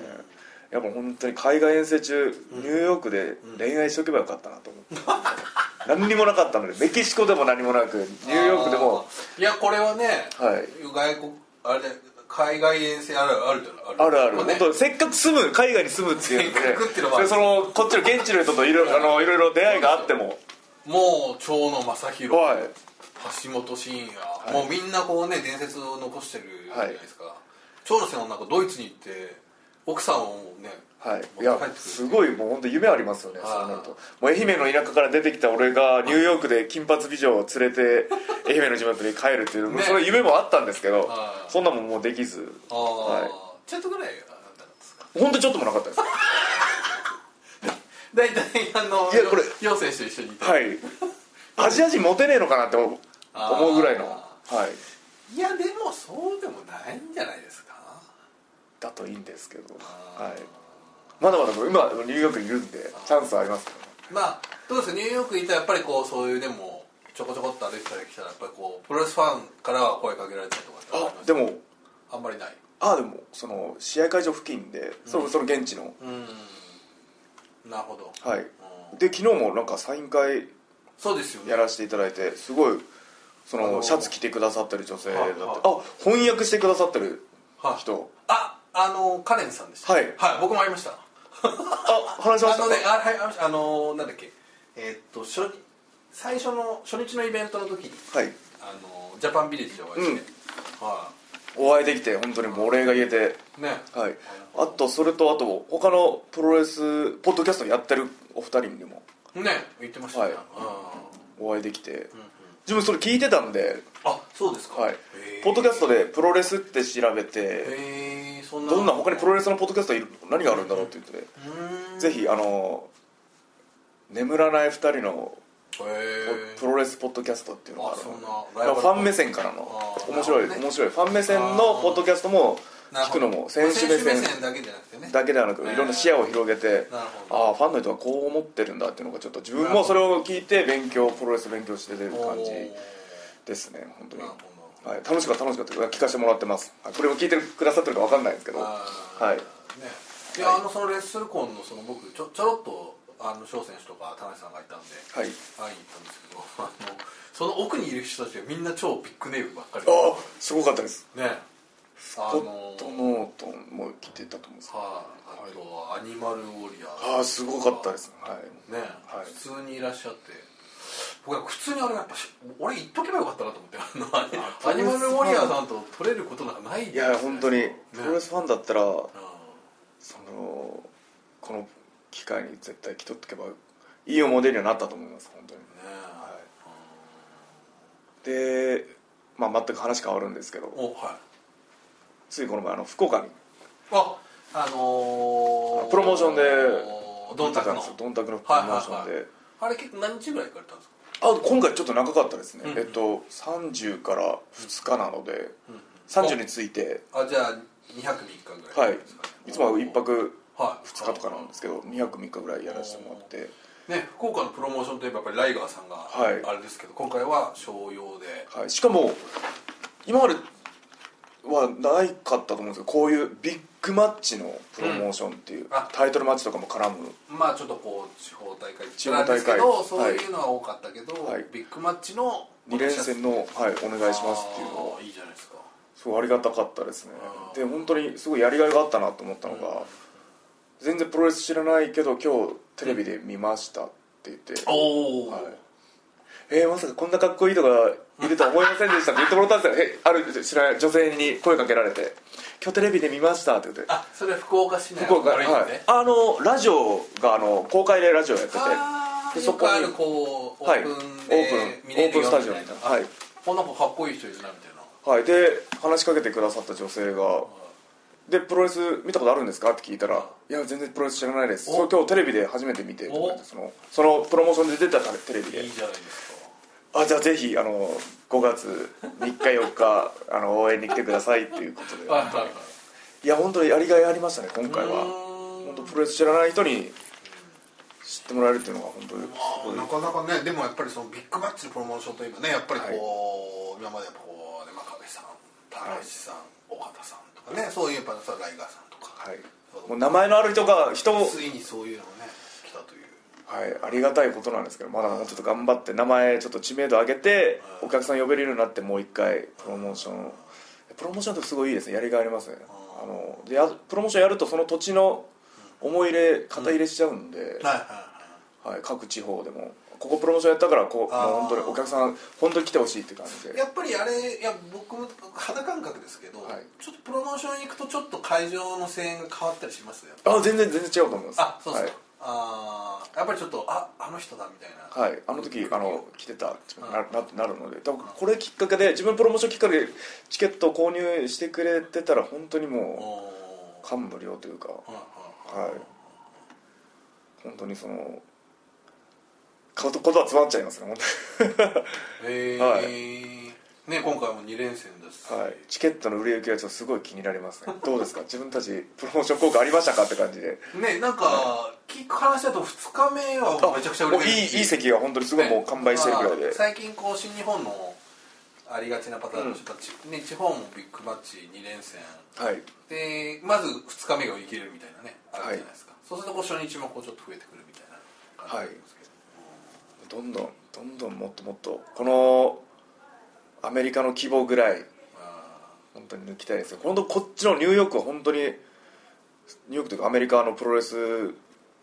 Speaker 1: やっぱ本当に海外遠征中ニューヨークで恋愛しとけばよかったなと思って何にもなかったのでメキシコでも何もなくニューヨークでも
Speaker 2: あーいやこれはね、
Speaker 1: はい
Speaker 2: 外国あれ海外遠征あるあるじゃない
Speaker 1: あるある、
Speaker 2: まね
Speaker 1: 本当せっかく住む海外に住むっていうので
Speaker 2: せっかくっていうのもある
Speaker 1: でそのこっちの現地の人といろいろあのいろいろ出会いがあっても
Speaker 2: もう蝶野正弘、
Speaker 1: はい
Speaker 2: 橋本真也、もうみんなこうね伝説を残してるじゃないですか、蝶野さんはなんかドイツに行って奥さんをね、
Speaker 1: はいい
Speaker 2: 持っ
Speaker 1: や
Speaker 2: て帰ってく
Speaker 1: すごいもう本当夢ありますよね
Speaker 2: あー
Speaker 1: そうなるともう愛媛の田舎から出てきた俺がニューヨークで金髪美女を連れて愛媛の地元に帰るっていう、
Speaker 2: ね
Speaker 1: それ夢もあったんですけど
Speaker 2: あー
Speaker 1: そんなもんもうできず
Speaker 2: るああ、
Speaker 1: はい
Speaker 2: ちょっとぐらいあなたなんですか
Speaker 1: 本当ちょっともなかったです
Speaker 2: 大体あの
Speaker 1: いやこれ
Speaker 2: 楊選手と一緒にいて、、
Speaker 1: はい いアジア人モテねえのかなって思う
Speaker 2: あー
Speaker 1: 思うぐらいのはい
Speaker 2: やでもそうでもないんじゃないですか
Speaker 1: だといいんですけど
Speaker 2: あー
Speaker 1: はいまだまだ今ニューヨークにいるんでチャンスありますからね
Speaker 2: まあどうですかニューヨークにいたらやっぱりこうそういうでもちょこちょこっと歩いてたり来たらやっぱりこうプロレスファンからは声かけられたりとかってありま
Speaker 1: あ
Speaker 2: す
Speaker 1: でも
Speaker 2: あんまりない
Speaker 1: あでもその試合会場付近で、そのその現地の
Speaker 2: うんなるほど
Speaker 1: はい
Speaker 2: うん
Speaker 1: で昨日もなんかサイン会
Speaker 2: そうですよね
Speaker 1: やらせていただいてすごいそ
Speaker 2: あの
Speaker 1: のシャツ着てくださってる女性だって
Speaker 2: はいはい
Speaker 1: あ翻訳してくださってる
Speaker 2: はい
Speaker 1: 人
Speaker 2: ああのカレンさんでした
Speaker 1: はい
Speaker 2: 僕も会いましたあ
Speaker 1: あ話しました
Speaker 2: のねあはい会いましたあのなんだっけえーっと初最初の初日のイベントの時に
Speaker 1: はい
Speaker 2: あのジャパンビレッジでお会いして、
Speaker 1: うん
Speaker 2: は
Speaker 1: お会いできて本当にもうお礼が言えて
Speaker 2: いね
Speaker 1: はいあとそれとあと他のプロレスポッドキャストやってるお二人にも
Speaker 2: ね言ってましたね、
Speaker 1: はい
Speaker 2: うん
Speaker 1: お会いできて
Speaker 2: うんうん
Speaker 1: 自分それ聞いてたんで、
Speaker 2: あそうですか、
Speaker 1: はい
Speaker 2: へー、
Speaker 1: ポッドキャストでプロレスって調べて
Speaker 2: へえそんな
Speaker 1: どんな他にプロレスのポッドキャストいる何があるんだろうって言ってて
Speaker 2: うーん
Speaker 1: ぜひあの眠らない二人の
Speaker 2: へえ
Speaker 1: プロレスポッドキャストっていうのがあるの
Speaker 2: あそんな
Speaker 1: だからファン目線からの
Speaker 2: あー
Speaker 1: 面白い
Speaker 2: なるほどね
Speaker 1: 面白いファン目線のポッドキャストも聞くのも選手目線
Speaker 2: だけじゃなくてね
Speaker 1: だけではなく
Speaker 2: ね
Speaker 1: いろんな視野を広げて
Speaker 2: なるほど
Speaker 1: ああファンの人はこう思ってるんだっていうのがちょっと自分
Speaker 2: なる
Speaker 1: も
Speaker 2: ほど
Speaker 1: それを聞いて勉強プロレス勉強して出る感じ
Speaker 2: おー
Speaker 1: ですね本当に
Speaker 2: なる
Speaker 1: は
Speaker 2: ほど
Speaker 1: い楽しかった楽しかった聞かせてもらってますはいこれも聞いてくださってるかわかんないですけど
Speaker 2: あー
Speaker 1: はい
Speaker 2: ねいやあのそのレッスルコンのその僕ちょちょろっとあの翔選手とか田中さんがいたんで
Speaker 1: はい
Speaker 2: 会いに行ったんですけど あのその奥にいる人たちがみんな超ビッグネームばっかり
Speaker 1: ああすごかったです
Speaker 2: ねあ
Speaker 1: ホ
Speaker 2: の
Speaker 1: ットノートも来てたと思うんですけど
Speaker 2: はいあとはアニマルウォリアーズ
Speaker 1: ああすごかったですはい
Speaker 2: ね、
Speaker 1: はい
Speaker 2: 普通にいらっしゃって僕は普通にあれやっぱし俺言っとけばよかったなと思ってあのアニマルウォリアーさんと取れることなんかない
Speaker 1: いや本当にプロレ
Speaker 2: ス
Speaker 1: スファンだったらそのこの機会に絶対来とっとけばいい思い出にはなったと思います本当に
Speaker 2: ねえ、
Speaker 1: はいで、まあ、全く話変わるんですけど
Speaker 2: おはい
Speaker 1: ついこの前あの福岡に
Speaker 2: ああのー、
Speaker 1: プロモーションで
Speaker 2: ドンタクの
Speaker 1: 行ってたんですよドンタクのプロ
Speaker 2: はい
Speaker 1: モーション
Speaker 2: は
Speaker 1: で、
Speaker 2: いはいあれ結構何日ぐらい行かれたんですか
Speaker 1: あ今回ちょっと長かったですね、
Speaker 2: うん
Speaker 1: えっと30から2日なので、
Speaker 2: ん
Speaker 1: 30について
Speaker 2: あじゃあ2泊3日ぐら
Speaker 1: はいい
Speaker 2: ですかね、
Speaker 1: いつもは1泊
Speaker 2: はい
Speaker 1: 2日とかなんですけど2泊3日ぐらいやらせてもらって
Speaker 2: ね福岡のプロモーションといえばやっぱりライガーさんが
Speaker 1: はい
Speaker 2: あれですけど、今回は商用で
Speaker 1: はい、しかも今まではないかったと思うんですけどこういうビッグマッチのプロモーションっていう、
Speaker 2: あ
Speaker 1: タイトルマッチとかも絡む
Speaker 2: まあちょっとこう地方大会
Speaker 1: 地方大会
Speaker 2: ですけどそう
Speaker 1: はい
Speaker 2: いうのは多かったけど、
Speaker 1: はい
Speaker 2: ビッグマッチの
Speaker 1: 2連戦の、はい、お願いしますっていうの
Speaker 2: あ
Speaker 1: は
Speaker 2: ーいいじゃないですか
Speaker 1: すごいありがたかったですね
Speaker 2: あー
Speaker 1: で本当にすごいやりがいがあったなと思ったのが、全然プロレス知らないけど今日テレビで見ましたって言って、
Speaker 2: おお、
Speaker 1: はい、えー、まさかこんなかっこいいとかいるとは思いませんでしたって言ってもらったんですよえある知らない女性に声かけられて「今日テレビで見ました」って言って
Speaker 2: あそれは福岡市内
Speaker 1: 福岡
Speaker 2: あれ
Speaker 1: はい
Speaker 2: いですね、
Speaker 1: あのラジオがあの公開でラジオやってては
Speaker 2: あー
Speaker 1: で
Speaker 2: よ
Speaker 1: そこ
Speaker 2: く
Speaker 1: に
Speaker 2: あるこうオ
Speaker 1: い
Speaker 2: ー
Speaker 1: オ
Speaker 2: プ
Speaker 1: ー
Speaker 2: ン
Speaker 1: プン
Speaker 2: で見れ
Speaker 1: オー
Speaker 2: る
Speaker 1: プ
Speaker 2: よ
Speaker 1: ンスタジオみたいな
Speaker 2: あ
Speaker 1: はい、
Speaker 2: こんな子かっこいい人いるなみたいな
Speaker 1: はい、で話しかけてくださった女性が「でプロレス見たことあるんですか?」って聞いたら「いや全然プロレス知らないです
Speaker 2: お
Speaker 1: そう今日テレビで初めて見て」とか言って
Speaker 2: お
Speaker 1: そのそのプロモーションで出てたテレビで
Speaker 2: いいじゃないですか
Speaker 1: あじゃあぜひあの5月3日4日あの応援に来てくださいっていうことで
Speaker 2: はいはいはい
Speaker 1: いや本当にやりがいありましたね今回
Speaker 2: う
Speaker 1: は
Speaker 2: ーん
Speaker 1: 本当プロレス知らない人に知ってもらえるっていうのが本当にすごい
Speaker 2: なかなかねでもやっぱりそのビッグマッチのプロモーションといえばねやっぱりこう、今までやっぱこう、ね、真壁さん高橋さん、岡田さんとかねそういうやっぱそのライガーさんとか、
Speaker 1: はいもう名前のある人が人を、はい、
Speaker 2: ついにそういうのがね来たという
Speaker 1: ありがたいことなんですけどまだまだちょっと頑張って名前ちょっと知名度上げて
Speaker 2: うん
Speaker 1: お客さん呼べるようになってもう一回プロモーションプロモーションってすごいいいですねやりがいありますね
Speaker 2: あー
Speaker 1: あのでやプロモーションやるとその土地の思い入れ肩入れしちゃうんで、
Speaker 2: はいはい
Speaker 1: はい、各地方でもここプロモーションやったからこう
Speaker 2: あー
Speaker 1: もう本当にお客さん本当に来てほしいって感じで
Speaker 2: やっぱりあれいや僕も肌感覚ですけど、
Speaker 1: はい
Speaker 2: ちょっとプロモーションに行くとちょっと会場の声援が変わったりしますやっぱ
Speaker 1: あ全然全然違うと思います
Speaker 2: あそうですか、ああやっぱりちょっとああの人だみたいな
Speaker 1: はい、はい、あの時あの来てたってなななるので多分これきっかけで自分プロモーションきっかけでチケットを購入してくれてたら本当に
Speaker 2: お
Speaker 1: も
Speaker 2: お
Speaker 1: う感無量というか
Speaker 2: ーはいはいはい
Speaker 1: はい本当にその買うとことは詰まっちゃいますね本
Speaker 2: えー
Speaker 1: はい
Speaker 2: ね、今回も2連戦です、
Speaker 1: 当に、はい、チケットの売れ行きがちょっとすごい気になりますねどうですか自分たちプロモーション効果ありましたかって感じで
Speaker 2: ねなんか聞く話だと2日目はめちゃくちゃ売れ
Speaker 1: もう
Speaker 2: て
Speaker 1: い
Speaker 2: る
Speaker 1: いいい
Speaker 2: し
Speaker 1: 席が本当にすごいもう完売してるぐらいで、
Speaker 2: まあ最近こう新日本のありがちなパターンの人たち、ね、地方もビッグマッチ2連戦
Speaker 1: はい
Speaker 2: でまず2日目が売り切れるみたいなねあるじゃないですか、そうするとこう初日もこうちょっと増えてくるみたいな感じなんですけど、
Speaker 1: どんどんどんどんもっともっとこのアメリカの規模ぐらい
Speaker 2: あ
Speaker 1: 本当に抜きたいですよ本当こっちのニューヨークは本当にニューヨークというかアメリカのプロレス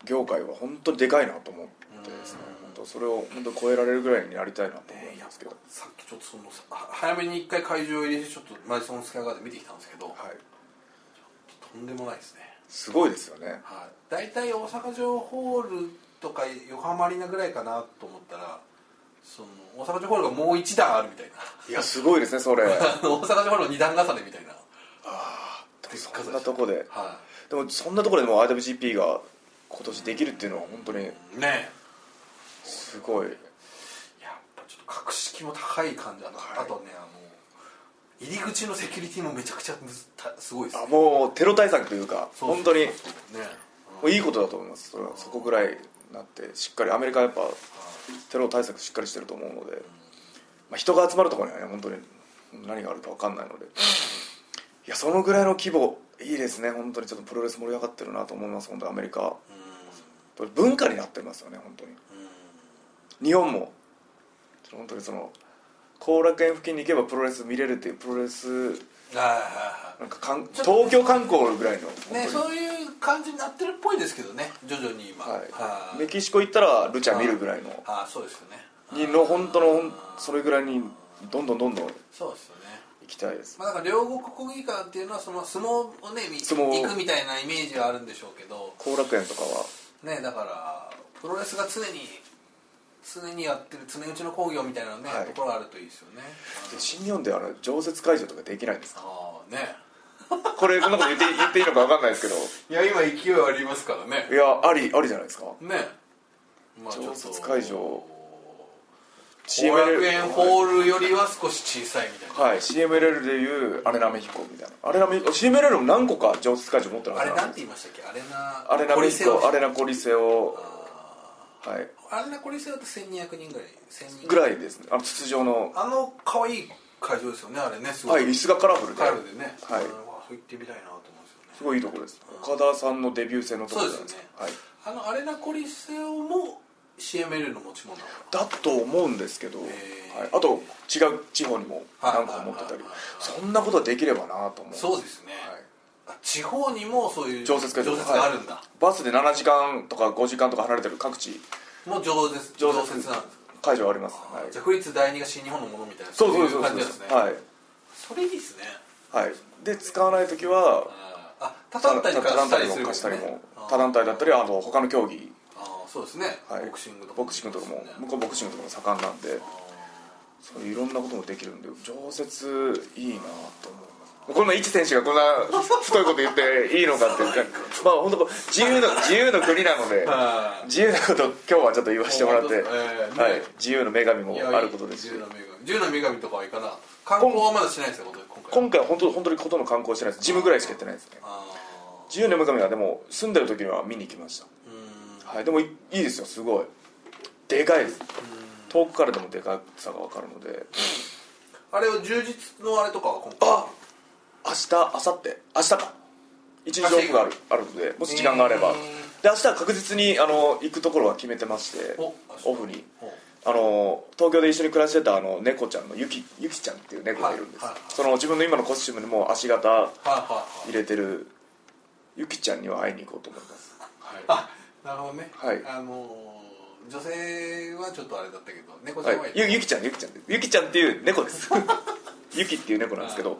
Speaker 1: 業界は本当にでかいなと思ってですね
Speaker 2: うん
Speaker 1: 本当そうそれを本当に超えられるぐらいになりたいなと思うんですけど、
Speaker 2: さっきちょっとそのさは早めに一回会場入りしてちょっとマジソンスカイガーデン見てきたんですけど、
Speaker 1: はい、
Speaker 2: とんでもないですね、
Speaker 1: すごいですよね
Speaker 2: はい、大体大阪城ホールとか横浜アリーナぐらいかなと思ったらその大阪城ホールがもう一段あるみたいない
Speaker 1: やすごいですねそれ
Speaker 2: あ の大阪城ホールの二段重ねみたいなでっかさ
Speaker 1: そんなとこで
Speaker 2: は
Speaker 1: でもそんなところでも IWGP が今年できるっていうのは本当に
Speaker 2: いね
Speaker 1: すごい
Speaker 2: えやっぱちょっと格式も高い感じだな、
Speaker 1: はい
Speaker 2: あとねあの入り口のセキュリティもめちゃくちゃむずたすごいです
Speaker 1: あ
Speaker 2: ね
Speaker 1: もうテロ対策というか
Speaker 2: そうそう
Speaker 1: 本当に
Speaker 2: そうそうね
Speaker 1: もういいことだと思いますそれはそこぐらいになってしっかりアメリカはやっぱテロ対策しっかりしてると思うので、まあ、人が集まるところにはね本当に何があるか分かんないのでいやそのぐらいの規模いいですね本当にちょっとプロレス盛り上がってるなと思います本当アメリカ
Speaker 2: うん
Speaker 1: 文化になってますよね本当に
Speaker 2: うん
Speaker 1: 日本もちょっと本当にその後楽園付近に行けばプロレス見れるっていうプロレス
Speaker 2: はいはい
Speaker 1: なんかかん東京観光ぐらいの
Speaker 2: はいね
Speaker 1: 本当に
Speaker 2: そういう感じになってるっぽいですけどね徐々に今
Speaker 1: はい、
Speaker 2: い
Speaker 1: メキシコ行ったらルチャ見るぐらいの
Speaker 2: ああそうですよね
Speaker 1: にの本当のほんそれぐらいにどんどんどんどん行
Speaker 2: そうですよね、
Speaker 1: きたいです
Speaker 2: まあ、だから両国国技館っていうのはその相撲をねみ
Speaker 1: 相撲
Speaker 2: 行くみたいなイメージはあるんでしょうけど
Speaker 1: 後楽園とかは
Speaker 2: ねだからプロレスが常に常にやってる常打ちの工業みたいなね、
Speaker 1: はい
Speaker 2: ところあるといいですよね
Speaker 1: で新日本であの常設会場とかできないん ですか
Speaker 2: ああね
Speaker 1: これこんなこと言って言っていいのか分かんないですけど
Speaker 2: いや今勢いありますからね
Speaker 1: いやありありじゃないですか
Speaker 2: ねまあ
Speaker 1: 常設会場
Speaker 2: 後楽園ホールよりは少し小さいみたいな、
Speaker 1: はい CMLL でいうアレナメヒコみたいなアレナメ CMLL も何個か常設会場持ってるは
Speaker 2: あ
Speaker 1: ず
Speaker 2: れ
Speaker 1: ん
Speaker 2: なん
Speaker 1: で
Speaker 2: て言いましたっけアレナ
Speaker 1: アレナ
Speaker 2: コ
Speaker 1: メ
Speaker 2: リ
Speaker 1: ヒ
Speaker 2: セオ
Speaker 1: コアレナコリセオはい
Speaker 2: アレナコリセオって1200人ぐらい1000人
Speaker 1: ぐらいですねあの筒状の
Speaker 2: あの可愛い会場ですよねあれねすご、
Speaker 1: はいい椅子がカラフルで
Speaker 2: カラフルでね
Speaker 1: はい
Speaker 2: あれはそう行ってみたいなと思うんですよね
Speaker 1: すごいいいところです岡田さんのデビュー戦のところじゃないですか
Speaker 2: そう
Speaker 1: はい
Speaker 2: あのアレナコリセオも CML の持ち物な
Speaker 1: だ
Speaker 2: のか
Speaker 1: と思うんですけど、はい
Speaker 2: ー、
Speaker 1: あと違う地方にも
Speaker 2: はい
Speaker 1: 何個も持ってたり
Speaker 2: はい
Speaker 1: そんなことはできればなと思う
Speaker 2: そうですね、あ地方にもそういう
Speaker 1: 常設会場
Speaker 2: があるんだ、
Speaker 1: はいバスで7時間とか5時間とか離れてる各地
Speaker 2: もう常設
Speaker 1: 常
Speaker 2: 常
Speaker 1: 設
Speaker 2: 設なんです
Speaker 1: 会場あります、はい、
Speaker 2: じゃあ国立第二が新日本のものみたいな
Speaker 1: そうそう
Speaker 2: い
Speaker 1: そうう
Speaker 2: 感
Speaker 1: そ
Speaker 2: じ
Speaker 1: う
Speaker 2: なんですね
Speaker 1: はい、
Speaker 2: それいいですね
Speaker 1: はい、で使わない時は
Speaker 2: あーあ
Speaker 1: 他
Speaker 2: 畳ん
Speaker 1: 団
Speaker 2: だり
Speaker 1: 体
Speaker 2: 貸した
Speaker 1: も貸したり
Speaker 2: りするね
Speaker 1: も
Speaker 2: あー
Speaker 1: 他団体だったりあの他の競技、
Speaker 2: あーそうですね、
Speaker 1: はい、
Speaker 2: ボクシングとか
Speaker 1: ボクシングとかも向こうボクシングとかも盛んなんでそういういろんなこともできるんで常設いいなと思いますこんな一選手がこんな太いこと言っていいのかっていうかまあ本当こう自由の 自由の国なので
Speaker 2: は
Speaker 1: 自由なことを今日はちょっと言わせてもらって、
Speaker 2: あ本当ですかええ
Speaker 1: はい、自由の女神
Speaker 2: い
Speaker 1: も
Speaker 2: いや
Speaker 1: あることですし
Speaker 2: 自由の女神自由の女神とかはいかな観光はまだしないですよ今回
Speaker 1: 今回は本当本当にほとんど観光してないですジムぐらいしかやってないですね
Speaker 2: あ
Speaker 1: 自由の女神はでも住んでる時には見に行きました
Speaker 2: ーうん
Speaker 1: はい、でもいいいですよすごいでかいです遠くからでもでかさが分かるので
Speaker 2: あれを充実のあれとかは今回
Speaker 1: あ明日明後日明日か一日オフがあるあるのでもし時間があれば、
Speaker 2: へー
Speaker 1: で明日は確実にあの行くところは決めてまして
Speaker 2: お
Speaker 1: オフに
Speaker 2: ほう
Speaker 1: あの東京で一緒に暮らしてたあの猫ちゃんのゆきゆきちゃんっていう猫がいるんです、
Speaker 2: はいはい
Speaker 1: その自分の今のコスチュームにも足型
Speaker 2: はいはい
Speaker 1: 入れてるゆきちゃんには会いに行こうと思います、は
Speaker 2: はいあなるほどね
Speaker 1: はい
Speaker 2: あのー女性はちょっとあれだったけど猫
Speaker 1: い
Speaker 2: ちゃん
Speaker 1: は
Speaker 2: はいい、
Speaker 1: ゆゆきちゃんゆきちゃんですゆきちゃんっていう猫です ゆきっていう猫なんですけど、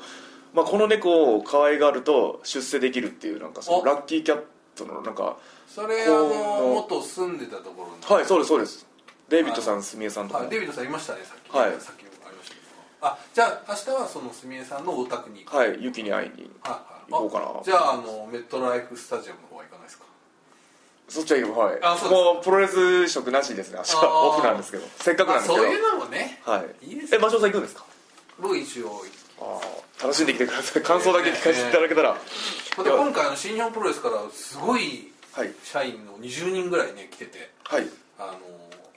Speaker 1: まあ、この猫を可愛がると出世できるっていうなんかその
Speaker 2: お
Speaker 1: ラッキーキャットのなんか
Speaker 2: それあ
Speaker 1: こう
Speaker 2: のー元住んでたところの
Speaker 1: はいそうですそうですデイビッドさんすみえさんとか
Speaker 2: は
Speaker 1: も
Speaker 2: いデビッドさんいましたねさっき、
Speaker 1: はい
Speaker 2: さっきありましたけどあじゃあ明日はそのすみえさんのお宅に行く
Speaker 1: はいゆきに会いに
Speaker 2: はい
Speaker 1: 行こうかな
Speaker 2: あじゃああのメットライフスタジアムの方は行かないですか
Speaker 1: そっちは行けばはい
Speaker 2: あそうです
Speaker 1: もうプロレス色なしですね明日
Speaker 2: あー
Speaker 1: オフなんですけどせっかくなん
Speaker 2: あ
Speaker 1: ですけ
Speaker 2: そ
Speaker 1: ど
Speaker 2: ういうのもね
Speaker 1: はい
Speaker 2: いいです
Speaker 1: え
Speaker 2: ね
Speaker 1: 場所さん行くんですか
Speaker 2: 僕一応行って
Speaker 1: ああ楽しんできてください感想だけ聞かせていただけたら、
Speaker 2: また今回の新日本プロレスからすごい
Speaker 1: はい
Speaker 2: 社員の20人ぐらいね来てて
Speaker 1: はい
Speaker 2: あ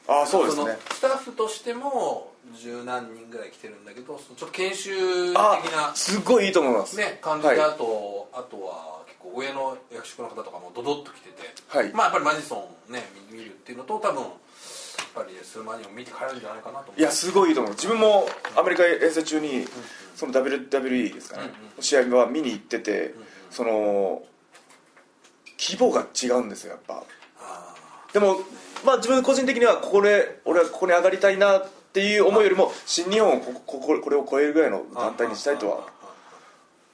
Speaker 2: の
Speaker 1: あーそうですね
Speaker 2: のスタッフとしても十何人ぐらい来てるんだけどそのちょっと研修的
Speaker 1: あ
Speaker 2: な
Speaker 1: すっごいいいと思います
Speaker 2: ね感じで、
Speaker 1: は
Speaker 2: あとあとは結構上の役職の方とかもドドッと来てて、
Speaker 1: はい
Speaker 2: まあやっぱりマジソンね見見るっていうのと多分やっぱり数万人も見て帰るんじゃないかなと思う
Speaker 1: い、いやすごいいいと思う自分もアメリカ遠征中にその WWE ですかね、試合は見に行ってて、その規模が違うんですよやっぱ
Speaker 2: あ
Speaker 1: でもまあ自分個人的にはここで俺はここに上がりたいなっていう思いよりも新日本をこここここれを超えるぐらいの団体にしたいとは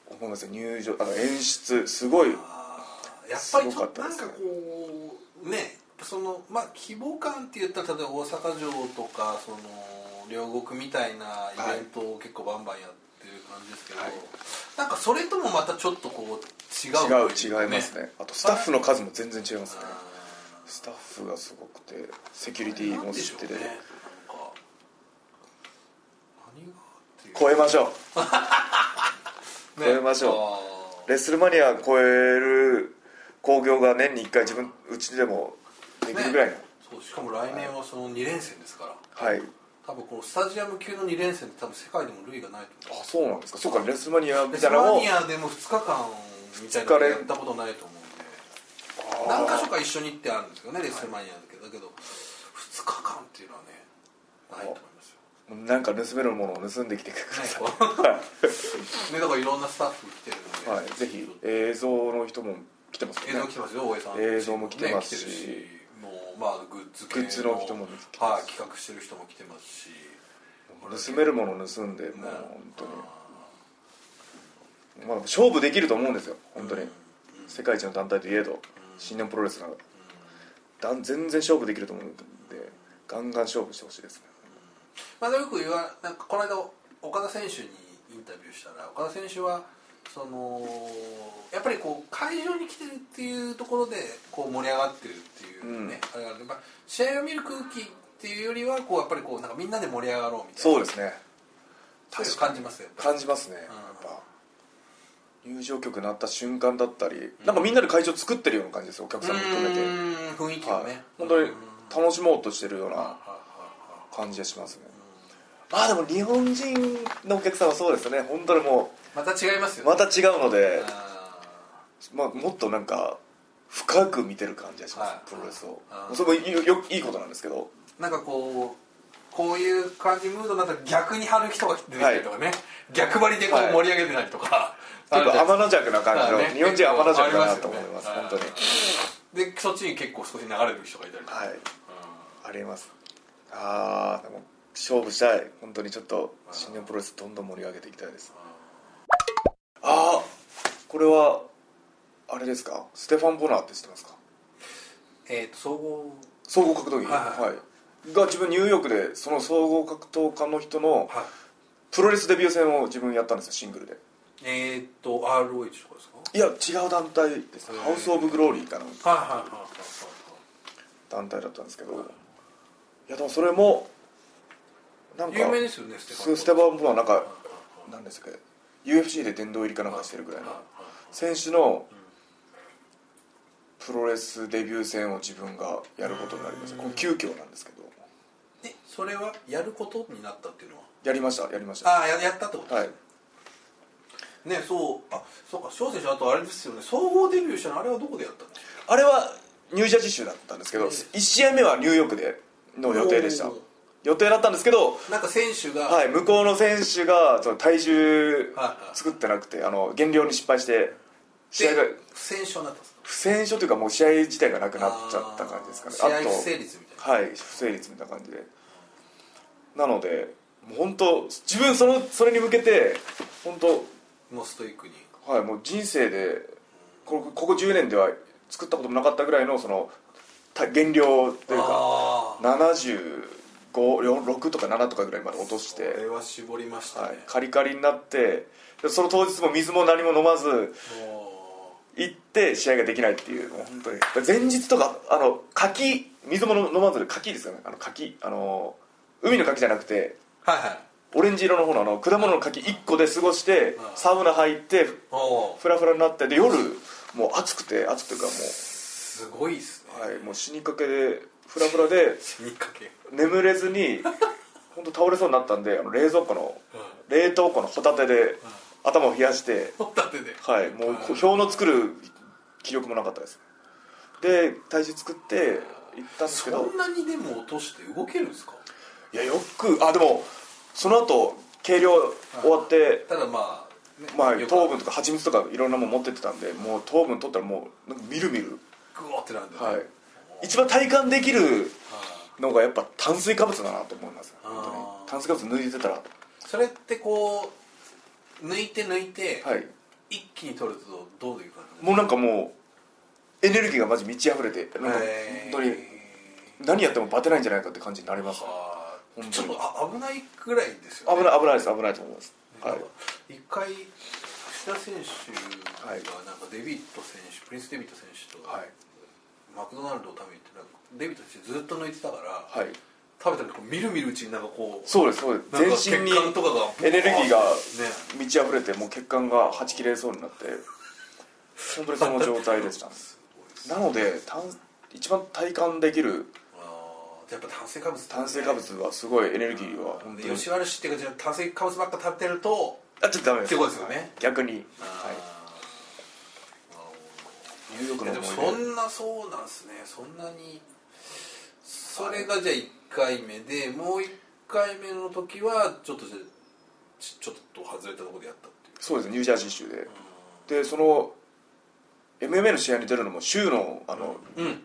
Speaker 1: 思いますよ入場あの演出すごい
Speaker 2: やっぱりちょっ
Speaker 1: すごかっ
Speaker 2: と
Speaker 1: た
Speaker 2: な
Speaker 1: で
Speaker 2: ん
Speaker 1: す
Speaker 2: か
Speaker 1: ね
Speaker 2: こうねそのまあ希望感って言ったら例えば大阪城とかその両国みたいなイベントを結構バンバンやってる感じですけど、なんかそれともまたちょっとこう違う
Speaker 1: 違う
Speaker 2: というか
Speaker 1: 違いますねあとスタッフの数も全然違いますね
Speaker 2: あ
Speaker 1: スタッフがすごくてセキュリテ
Speaker 2: ー
Speaker 1: ィも知ってて、
Speaker 2: なんでしょうねなんか何がっていう
Speaker 1: 超えましょう
Speaker 2: ね
Speaker 1: 超えましょ
Speaker 2: あー
Speaker 1: レッスルマニア超える興行が年に1回自分うちでもできるぐらいの、
Speaker 2: そうしかも来年はその2連戦ですから
Speaker 1: はい
Speaker 2: 多分このスタジアム級の2連戦って多分世界でも類がないと思う
Speaker 1: あそうなんですかそうかレッスルマニアみ
Speaker 2: レ
Speaker 1: たいな
Speaker 2: ス
Speaker 1: の
Speaker 2: マ
Speaker 1: を
Speaker 2: ニアでも2日間みたいなのやったことないと思うんで何か所か一緒に行ってあるんですよねレスマニアだけどだけど2日間っていうのはねないと思いますよ
Speaker 1: なんか盗めるものを盗んできてください、
Speaker 2: ない ねだからいろんなスタッフ来てるので、
Speaker 1: はい、ぜひ映像の人も来てます
Speaker 2: 映
Speaker 1: よね
Speaker 2: 像来てますよ大江さん
Speaker 1: 映像も来てますし
Speaker 2: ね来てるもうまあグッズ
Speaker 1: グ
Speaker 2: 系
Speaker 1: ッズの人も来てます
Speaker 2: はい、企画してる人も来てますし
Speaker 1: 盗めるものを盗んでもう
Speaker 2: ね
Speaker 1: 本当に、まあ、勝負できると思うんですよ本当に、世界一の団体といえど新日本プロレスならだん全然勝負できると思うんでガンガン勝負してほしいですね
Speaker 2: まあ、よく言わなんかこの間岡田選手にインタビューしたら岡田選手はそのやっぱりこう会場に来てるっていうところでこう盛り上がってるっていうね、あれがあるまあ、試合を見る空気っていうよりはこうやっぱりこうなんかみんなで盛り上がろうみたい
Speaker 1: そう
Speaker 2: な
Speaker 1: ですね
Speaker 2: そういうの感じますよやっぱ
Speaker 1: 感じますね、やっぱ入場曲鳴った瞬間だったり、なんかみんなで会場作ってるような感じですよお客さんも含めて、
Speaker 2: うーん雰囲気を
Speaker 1: は
Speaker 2: ね、
Speaker 1: い、本当に楽しもうとしてるような感じがしますね、まあでも日本人のお客さんはそうですね本当にも
Speaker 2: また違います
Speaker 1: う
Speaker 2: よ
Speaker 1: ま
Speaker 2: ね
Speaker 1: た違うので、
Speaker 2: あ
Speaker 1: まあ、もっとなんか深く見てる感じがします、
Speaker 2: はい
Speaker 1: プロレスを
Speaker 2: あー
Speaker 1: それもいいよいいことなんですけど
Speaker 2: ーなんかこうこういう感じムードになったら逆に張る人が出てきたりとかね、逆張りでこう
Speaker 1: はい
Speaker 2: 盛り上げてたりとか、あ
Speaker 1: 結
Speaker 2: るじゃ
Speaker 1: 構
Speaker 2: ないですか
Speaker 1: 天の弱な感じの、
Speaker 2: はいね
Speaker 1: 日本人は天の弱だな
Speaker 2: 結
Speaker 1: と
Speaker 2: 構
Speaker 1: 思います
Speaker 2: あり
Speaker 1: 本
Speaker 2: ま
Speaker 1: 当
Speaker 2: すよ
Speaker 1: に
Speaker 2: ねでそっちに結構少し流れる人がいたりとか、
Speaker 1: はい
Speaker 2: うん
Speaker 1: ありますああでも勝負したい本当にちょっと新日本プロレスどんどん盛り上げていきたいですああこれはあれですかステファン・ボナーって知ってますか
Speaker 2: えっ、と総合
Speaker 1: 総合格闘技
Speaker 2: はいはい
Speaker 1: いが自分ニューヨークでその総合格闘家の人の
Speaker 2: はい
Speaker 1: プロレスデビュー戦を自分やったんですよシングルで
Speaker 2: えっ、と ROH とかです
Speaker 1: いや違う団体ですね
Speaker 2: へー
Speaker 1: ハウス・オブ・グローリーかな
Speaker 2: かはいはいはいはいはい
Speaker 1: 団体だったんですけどいやでもそれもなんか
Speaker 2: 有名ですよねステファン
Speaker 1: そうステファン・ボナーなんか何ですか UFC で殿堂入りかなんかしてるぐらいの
Speaker 2: はい
Speaker 1: 選手のプロレスデビュー戦を自分がやることになりましたこの急遽なんですけど
Speaker 2: でそれはやることになったっていうのは
Speaker 1: やりましたやりました
Speaker 2: ああややったってこと
Speaker 1: はい
Speaker 2: ねそうあそうか翔選手あとあれですよね総合デビューしたのあれはどこでやったんですか
Speaker 1: あれはニュージャージー州だったんですけど1試合目はニューヨークでの予定でした
Speaker 2: おー
Speaker 1: 予定だったんですけど
Speaker 2: なんか選手が、
Speaker 1: はい、向こうの選手がその体重
Speaker 2: はいはい
Speaker 1: 作ってなくてあの減量に失敗して試合が
Speaker 2: で不戦勝になったんですか
Speaker 1: 不戦勝というかもう試合自体がなくなっちゃった感じですかね
Speaker 2: あー試合不成立みたいな
Speaker 1: はい不成立みたいな感じでなのでもう本当自分そのそれに向けて本当
Speaker 2: もうストイックに
Speaker 1: はいもう人生でここここ10年では作ったこともなかったぐらいのそのた減量というか
Speaker 2: ああ
Speaker 1: 756とか7とかぐらいまで落として
Speaker 2: これは絞りました
Speaker 1: はい
Speaker 2: ね、、
Speaker 1: カリカリになってでその当日も水も何も飲まず
Speaker 2: も
Speaker 1: 行って試合ができないっていうもう本当に前日とかあの柿水も飲まず柿ですよねあの柿あの海の柿じゃなくて
Speaker 2: うはいはい
Speaker 1: オレンジ色の方のあの果物の柿1個で過ごして
Speaker 2: うん
Speaker 1: サウナ入って
Speaker 2: おお
Speaker 1: フラフラになってで夜もう暑くて暑くていうかも
Speaker 2: すごいですね
Speaker 1: う,、はい、もう死にかけでフラフラで
Speaker 2: 死にかけ
Speaker 1: 眠れずに本当倒れそうになったんであの冷蔵庫の冷凍庫のホタテで頭を冷やして
Speaker 2: ホタテで
Speaker 1: はいもうこう表の作る気力もなかったですで体重作って行ったんですけ
Speaker 2: そ
Speaker 1: ど
Speaker 2: んなにでも落として動けるんですか
Speaker 1: いやよくあでもその後計量終わって
Speaker 2: ただまあ、ね
Speaker 1: まあ
Speaker 2: よく
Speaker 1: 糖分とか蜂蜜とかいろんなもん持ってってたんでもう糖分取ったらもうなんかみるみる
Speaker 2: グワーってなんで、
Speaker 1: はい一番体感できるのがやっぱ炭水化物だなと思います本当に
Speaker 2: あー
Speaker 1: 炭水化物抜いてたら
Speaker 2: それってこう抜いて抜いて、
Speaker 1: はい
Speaker 2: 一気に取るとどういう感じ
Speaker 1: もうなんかもうエネルギーがまじ満ち溢れてなんか
Speaker 2: えー
Speaker 1: 本当に何やってもバテないんじゃないかって感じになります
Speaker 2: はあ
Speaker 1: 本当に
Speaker 2: ちょっとあ危ないぐらいですよ、ね、
Speaker 1: 危ない危ないです危ないと思いますはい
Speaker 2: 一回吉田選手が
Speaker 1: はい
Speaker 2: なんかデビット選手プリンス・デビット選手と
Speaker 1: はい
Speaker 2: マクドナルドを食べに行ってなんかデビット選手ずっと抜いてたから、
Speaker 1: はい
Speaker 2: 食べたらこう見る見るうちになんかこう
Speaker 1: そうですそう
Speaker 2: なんか
Speaker 1: です全身に
Speaker 2: 血管とかが
Speaker 1: エネルギーが
Speaker 2: ね
Speaker 1: 満ち溢れてもう血管がはち切れそうになって本当にその状態でした
Speaker 2: すごいです
Speaker 1: なので炭一番体感できる
Speaker 2: あーやっぱ炭水化物
Speaker 1: 炭水化物はすごいエネルギーは本当
Speaker 2: で
Speaker 1: に
Speaker 2: 吉原氏っていうかじゃあ炭水化物ばっか食べてると
Speaker 1: あちょっとダメで
Speaker 2: っ
Speaker 1: す
Speaker 2: てことですよね
Speaker 1: 逆に
Speaker 2: あー
Speaker 1: はい
Speaker 2: なるほど
Speaker 1: ニューヨーク
Speaker 2: いや
Speaker 1: の
Speaker 2: で
Speaker 1: 思
Speaker 2: も
Speaker 1: い
Speaker 2: そ
Speaker 1: 出
Speaker 2: んなそうなんですねそんなにそれがじゃあ1回目でもう1回目の時はちょっとじゃあちちょっと外れたところでやったっていう
Speaker 1: そうですニュージャージー州ででその MMA の試合に出るのも州のあの
Speaker 2: うん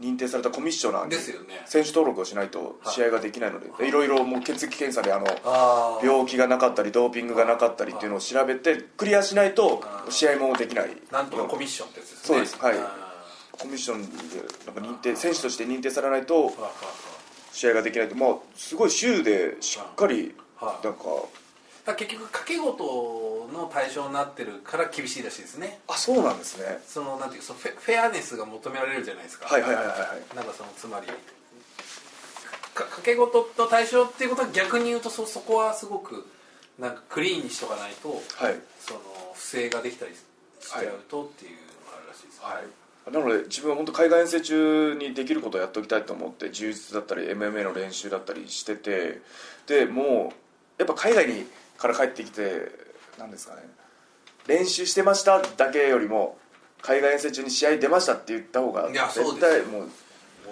Speaker 1: 認定されたコミッショナーに
Speaker 2: ですよね
Speaker 1: 選手登録をしないと試合ができないのででいろいろもう血液検査であの
Speaker 2: ああ
Speaker 1: 病気がなかったりドーピングがなかったりっていうのを調べてクリアしないと試合もできない
Speaker 2: なんとかコミッションってやつですね
Speaker 1: そうですはい
Speaker 2: あ
Speaker 1: コミッションでなんか認定選手として認定されないと
Speaker 2: ーは
Speaker 1: 試合ができないとまあすごい州でしっかり
Speaker 2: あはあはあ
Speaker 1: なんか
Speaker 2: だから結局掛け事の対象になってるから厳しいらしいですね
Speaker 1: あそうなんですね
Speaker 2: そのなんていうかそのフェフェアネスが求められるじゃないですか
Speaker 1: はいはいはいはいはい
Speaker 2: なんかそのつまりか掛け事と対象っていうことは逆に言うとそそこはすごくなんかクリーンにしとかないと、
Speaker 1: はい
Speaker 2: その不正ができたりしちゃうとっていうのがあるらしいですよね、
Speaker 1: なので自分は本当海外遠征中にできることをやっておきたいと思って柔術だったり MMA の練習だったりしててでもうやっぱ海外にから帰ってきてなんですかね練習してましただけよりも海外遠征中に試合出ましたって言った方が
Speaker 2: いやそう
Speaker 1: 絶
Speaker 2: ですよ
Speaker 1: 対もう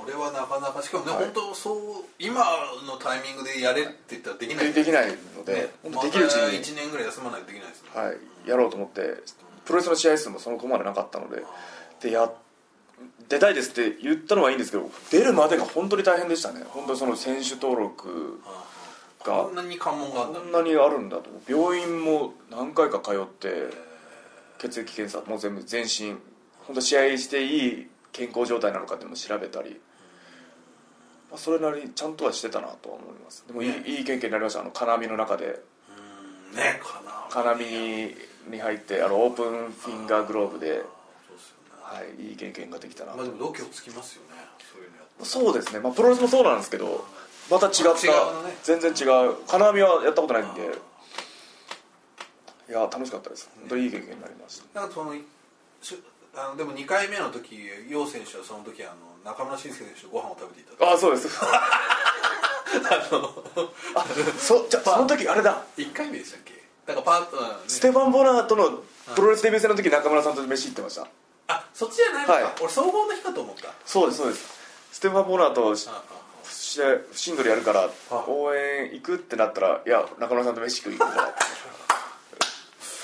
Speaker 2: 俺はなかなかしかもね、
Speaker 1: はい
Speaker 2: 本当そう今のタイミングでやれって言ったらできない
Speaker 1: できないので、
Speaker 2: ね
Speaker 1: 本当できるうち
Speaker 2: また
Speaker 1: に
Speaker 2: 1年ぐらい休まないとできないですね、
Speaker 1: はい、やろうと思ってプロレスの試合数もそのこまでなかったのででや出たいですって言ったのはいいんですけど出るまでが本当に大変でしたね本当にその選手登録が
Speaker 2: こんなに関門があるんだ
Speaker 1: こんなにあるんだと病院も何回か通って血液検査もう全部全身本当試合していい健康状態なのかっていうのも調べたり、まあ、それなりにちゃんとはしてたなとは思いますでもいい,、いい経験になりましたあの金網の中で
Speaker 2: うんねかな
Speaker 1: 金網に入ってあのオープンフィンガーグローブで、
Speaker 2: そうですよね
Speaker 1: はい、いい経験ができたな
Speaker 2: まあでも度胸つきますよねそういうのやって
Speaker 1: そうですね、まあ、プロレスもそうなんですけどまた違った
Speaker 2: 違うのね
Speaker 1: 全然違う金網はやったことないんでいや楽しかったです本当にいい経験になりました
Speaker 2: なんかそのしあのでも2回目の時楊選手はその時あの中村俊輔選手とご飯を食べていたと
Speaker 1: ああそうです あそじゃあその時あれだ
Speaker 2: 1回目でしたっけだからパートナー、ね、
Speaker 1: ステファン・ボナーとのプロレスデビュー戦の時中村さんと飯行ってました
Speaker 2: あそっちじゃないのか、
Speaker 1: はい
Speaker 2: 俺総合の日かと思った
Speaker 1: そうですそうですステファン・ボナーとし
Speaker 2: あ
Speaker 1: 試合シングルやるから
Speaker 2: あ
Speaker 1: 応援行くってなったらいや中村さんと飯食い行くから って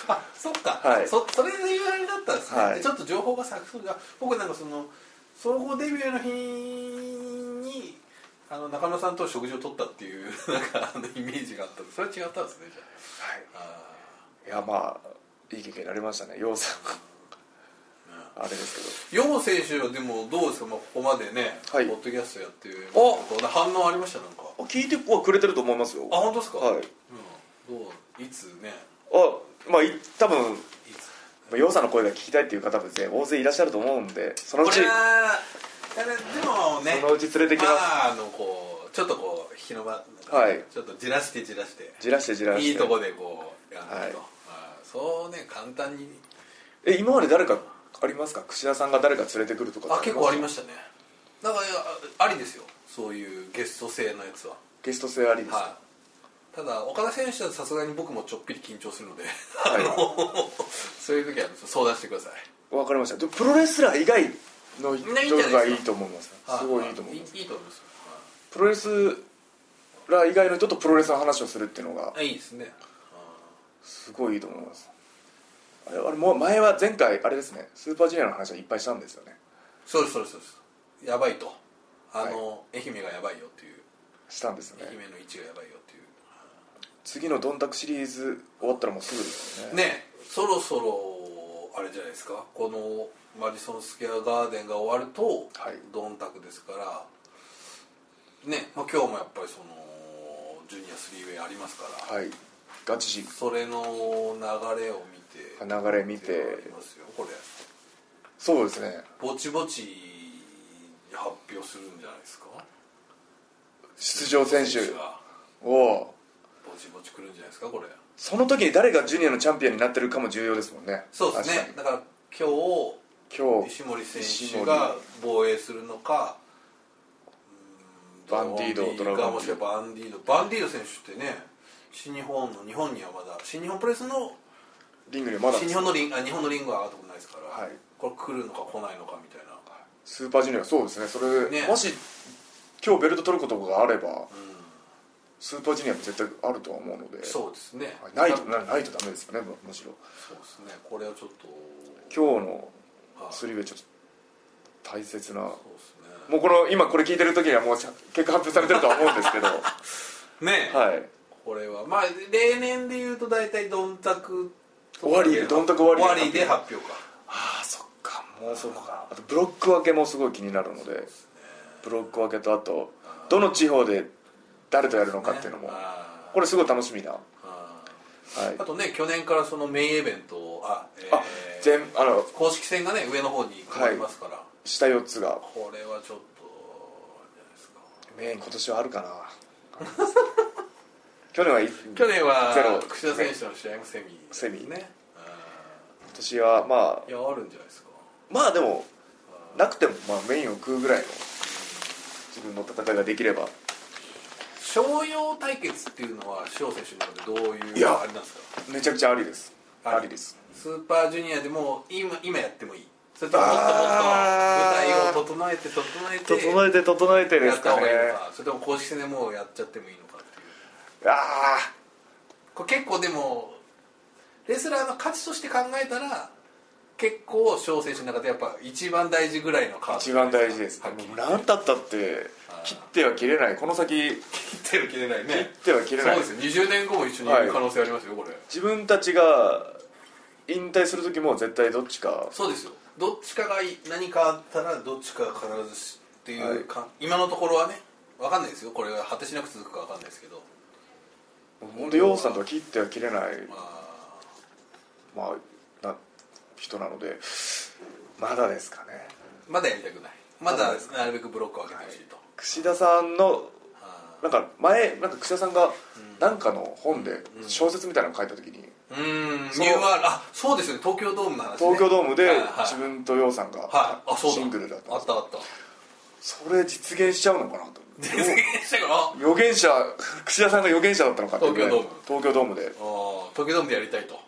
Speaker 2: ああそっか、
Speaker 1: はい
Speaker 2: そそれで言われだったんですね、
Speaker 1: はい
Speaker 2: でちょっと情報が錯綜が僕なんかその総合デビューの日にあの中村さんと食事を取ったっていうなんかあのイメージがあったんでそれは違ったんですねじゃ
Speaker 1: はい
Speaker 2: ああー
Speaker 1: いやまあいい経験になりましたね洋さんあれです
Speaker 2: ヨウ選手はでもどうですか、まあ、ここまでね、
Speaker 1: はい
Speaker 2: ポッドキャストやってる
Speaker 1: お
Speaker 2: 反応ありましたなんか
Speaker 1: けど聞いてはくれてると思いますよ
Speaker 2: あ本当ですか
Speaker 1: はい
Speaker 2: うん、どういつね
Speaker 1: あまあい多分
Speaker 2: いつ
Speaker 1: まあ洋さんの声が聞きたいっていう方も全大勢いらっしゃると思うんでそのうち
Speaker 2: これはあれでもね
Speaker 1: そのうち連れてきます
Speaker 2: まああのこうちょっとこう引きのば
Speaker 1: はい
Speaker 2: ちょっとじらしてじらして
Speaker 1: じらしてじらして
Speaker 2: いいとこでこうやると、
Speaker 1: はい
Speaker 2: あーそうね簡単に
Speaker 1: え今まで誰かありますか櫛田さんが誰か連れてくるとか
Speaker 2: あ結構ありま
Speaker 1: し
Speaker 2: したねだからいやあありですよそういうゲスト制のやつは
Speaker 1: たゲスト性ありですか、
Speaker 2: はい、ただ岡田選手はさすがに僕もちょっぴり緊張するので、
Speaker 1: い
Speaker 2: あのそういう時は相談してください
Speaker 1: わかりましたでもプロレスラー以外の人
Speaker 2: いいんじゃないです
Speaker 1: が
Speaker 2: か
Speaker 1: いいと思います
Speaker 2: は
Speaker 1: すごいいいと思い
Speaker 2: い
Speaker 1: ます
Speaker 2: いいと思いますよ
Speaker 1: プロレスラー以外の人とプロレスの話をするっていうのが
Speaker 2: はいあいいですね
Speaker 1: すごいいいと思いますあれあれもう前は前回あれですねスーパージュニアの話はいっぱいしたんですよね
Speaker 2: そうですそうですそうですやばいとあの、愛媛がやばいよっていう
Speaker 1: したんですよね
Speaker 2: 愛媛の位置がやばいよっていう
Speaker 1: 次のドンタクシリーズ終わったらもうすぐですよね
Speaker 2: ねそろそろあれじゃないですかこのマディソンスケアガーデンが終わると、
Speaker 1: はい
Speaker 2: ドンタクですからね、まあ、今日もやっぱりそのジュニアスリーウェイありますから、
Speaker 1: はいガチジ
Speaker 2: それの流れを見て
Speaker 1: 流れ見
Speaker 2: っていうのが
Speaker 1: て
Speaker 2: ありますよこれ
Speaker 1: そうですね
Speaker 2: ぼちぼち発表するんじゃないですか
Speaker 1: 出場選手
Speaker 2: が
Speaker 1: を
Speaker 2: ぼちぼち来るんじゃないですかこれ
Speaker 1: その時に誰がジュニアのチャンピオンになってるかも重要ですもんね
Speaker 2: そうですねだから今日
Speaker 1: 確かに今日
Speaker 2: 石森選手が防衛するのかうーん
Speaker 1: バンディード
Speaker 2: バンデ
Speaker 1: ド
Speaker 2: ィ
Speaker 1: ラゴン
Speaker 2: もしくはバンディードバンディード選手ってね新日本の日本にはまだ新日本プロレスの
Speaker 1: リングにはまだ
Speaker 2: 新日本のリンあ日本のリングは上がったことないですから、
Speaker 1: はい
Speaker 2: これ来るのか来ないのかみたいな、
Speaker 1: スーパージュニアそうですねそれ
Speaker 2: ね
Speaker 1: もし今日ベルト取ることがあれば
Speaker 2: う
Speaker 1: スーパージュニアも絶対あるとは思うので
Speaker 2: ん、そうですね、
Speaker 1: はいないと
Speaker 2: そう
Speaker 1: なないとダメですよねむむしろ
Speaker 2: ですねこれはちょっと
Speaker 1: 今日の
Speaker 2: はい
Speaker 1: スリーウェイちょっと大切なも
Speaker 2: そうですね
Speaker 1: うこの今これ聞いてる時にはもうちゃ結果発表されてるとは思うんです けどは
Speaker 2: ねえ、
Speaker 1: い
Speaker 2: これはまあ例年で言うと大体どんたく
Speaker 1: 終わりどんたく終わり
Speaker 2: で発表か
Speaker 1: ああそっかもうそうかあとブロック分けもすごい気になるのでブロック分けとあとどの地方で誰とやるのかっていうのも
Speaker 2: あー
Speaker 1: これすごい楽しみなは
Speaker 2: あー
Speaker 1: い
Speaker 2: あとね去年からそのメインイベントをあ、えー
Speaker 1: あ全あの
Speaker 2: 公式戦がね上の方に変わりますから、
Speaker 1: 下4つが
Speaker 2: これはちょっとあれじゃないですか
Speaker 1: メイン今年はあるかな 去年はい
Speaker 2: 去年
Speaker 1: ゼロ
Speaker 2: は櫛田選手の試合もセミ
Speaker 1: セミ
Speaker 2: ね
Speaker 1: 今年はま
Speaker 2: うんいやあるんじゃないですか
Speaker 1: あまあでもなくてもまあメインを食うぐらいの自分の戦いができれば
Speaker 2: 商用対決っていうのは塩選手の中でどう
Speaker 1: い
Speaker 2: いう
Speaker 1: や
Speaker 2: あれなんですか
Speaker 1: めちゃくちゃありです
Speaker 2: あり
Speaker 1: ありです
Speaker 2: スーパージュニアでも今今やってもいいそれとももっともっと
Speaker 1: あー
Speaker 2: 舞台を整えて整えて
Speaker 1: 整えて整えてで
Speaker 2: やっ
Speaker 1: す
Speaker 2: た
Speaker 1: か
Speaker 2: 方
Speaker 1: ね
Speaker 2: がいいのかそれとも公式戦でもうやっちゃってもいいのかっていう
Speaker 1: ああ
Speaker 2: これ結構でもレスラーの価値として考えたら結構小選手の中でやっぱ一番大事ぐらいのカード
Speaker 1: 一番大事です
Speaker 2: はっきり
Speaker 1: もう何だったって切っては切れないこの先
Speaker 2: 切ってる切れないね
Speaker 1: 切っては切れない
Speaker 2: そうですよ20年後も一緒にいる可能性ありますよこれ、
Speaker 1: 自分たちが引退する時も絶対どっちか
Speaker 2: そうですよどっちかがいい何かあったらどっちかが必ずしっていうか、今のところはね分かんないですよこれが果てしなく続くか分かんないですけど
Speaker 1: 本当ヨウさんとは切っては切れない
Speaker 2: まあ
Speaker 1: まあな人なのでまだですかね
Speaker 2: まだやりたくないまだ
Speaker 1: まだです
Speaker 2: なるべくブロックを上げてほしいと、
Speaker 1: 櫛田さんの
Speaker 2: あ
Speaker 1: なんか前なんか櫛田さんがなんかの本で小説みたいなの書いた時に
Speaker 2: ーうーんニュ
Speaker 1: そう
Speaker 2: ーワールドあそうですよね東京ドームの話、ね、
Speaker 1: 東京ドームで
Speaker 2: はいはい
Speaker 1: 自分とヨウさん
Speaker 2: は
Speaker 1: が
Speaker 2: いあそうだ
Speaker 1: シングルだったん
Speaker 2: あ
Speaker 1: で
Speaker 2: っ
Speaker 1: す
Speaker 2: たあった
Speaker 1: それ実現しちゃうのかなと
Speaker 2: 全然したからあ
Speaker 1: 予言者 櫛田さんが予言者だったのかっていうぐらい
Speaker 2: 東京ドーム
Speaker 1: 東京ドームで
Speaker 2: ー東京ドームでやりたいと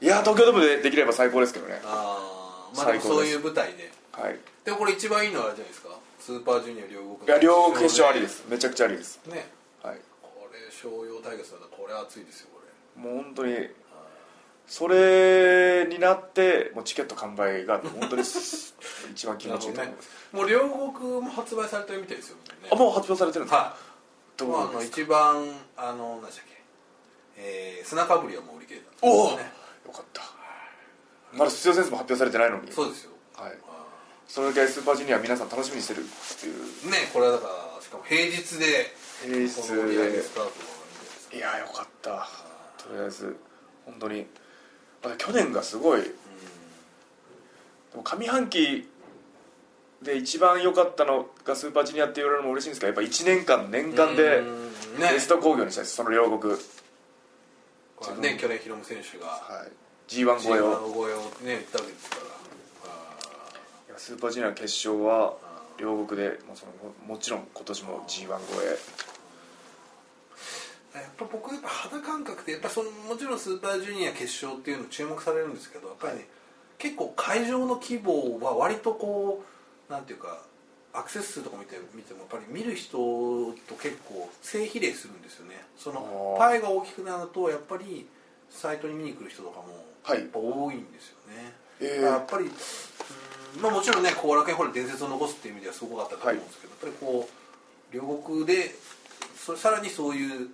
Speaker 1: いや東京ドームでできれば最高ですけどね
Speaker 2: あーまあでも
Speaker 1: 最
Speaker 2: そ
Speaker 1: 高
Speaker 2: う
Speaker 1: です
Speaker 2: いう舞台で
Speaker 1: はい
Speaker 2: でもこれ一番いいのはあれじゃないですかスーパージュニア両国の
Speaker 1: いや両決勝ありですめちゃくちゃありです
Speaker 2: ね
Speaker 1: はい
Speaker 2: これ商用対決だったらこれ熱いですよこれ
Speaker 1: もう本当にそれになってもうチケット完売が本当に 一番気持ちいいと
Speaker 2: な
Speaker 1: 思います、
Speaker 2: るほどねもう両国も発売されてるみたいですよね
Speaker 1: あもう発表されてるんですか、
Speaker 2: はい
Speaker 1: どう
Speaker 2: まあ
Speaker 1: な
Speaker 2: あ
Speaker 1: んで
Speaker 2: の
Speaker 1: すか
Speaker 2: 一番あの何でしたっけえー砂かぶりはもう売り切れた
Speaker 1: おお、
Speaker 2: そうね
Speaker 1: よかったまだ出場選手も発表されてないのに
Speaker 2: そうですよ
Speaker 1: はい、
Speaker 2: あー
Speaker 1: それだけスーパージュニア皆さん楽しみにしてるっていう
Speaker 2: ねこれはだからしかも平日で
Speaker 1: 平日
Speaker 2: この盛り上げスタートがいいんじゃないですか
Speaker 1: いやよかったとりあえず本当にまだ去年がすごいでも上半期で一番良かったのがスーパージュニアって言われるのも嬉しいんですけどやっぱ1年間年間で
Speaker 2: うんね
Speaker 1: ベスト工業にしたいですその両国、はい、
Speaker 2: これね去年ヒロム選手が
Speaker 1: g 1
Speaker 2: G1
Speaker 1: 超えを
Speaker 2: の声をね言ったわけですからあ
Speaker 1: いやスーパージュニア決勝は両国でもうそのももちろん今年も g 1超
Speaker 2: ーやっぱ僕やっぱ肌感覚でやっぱそのもちろんスーパージュニア決勝っていうの注目されるんですけどやっぱりね、結構会場の規模は割とこうなんていうかアクセス数とか見て見てもやっぱり見る人と結構正比例するんですよねその
Speaker 1: あー
Speaker 2: パイが大きくなるとやっぱりサイトに見に来る人とかも
Speaker 1: はい
Speaker 2: やっぱ多いんですよね、
Speaker 1: ええ
Speaker 2: だからやっぱりうーんまあ、もちろんね後楽園ホール伝説を残すっていう意味ではすごかったと思うんですけど、やっぱりこう両国でそれさらにそういう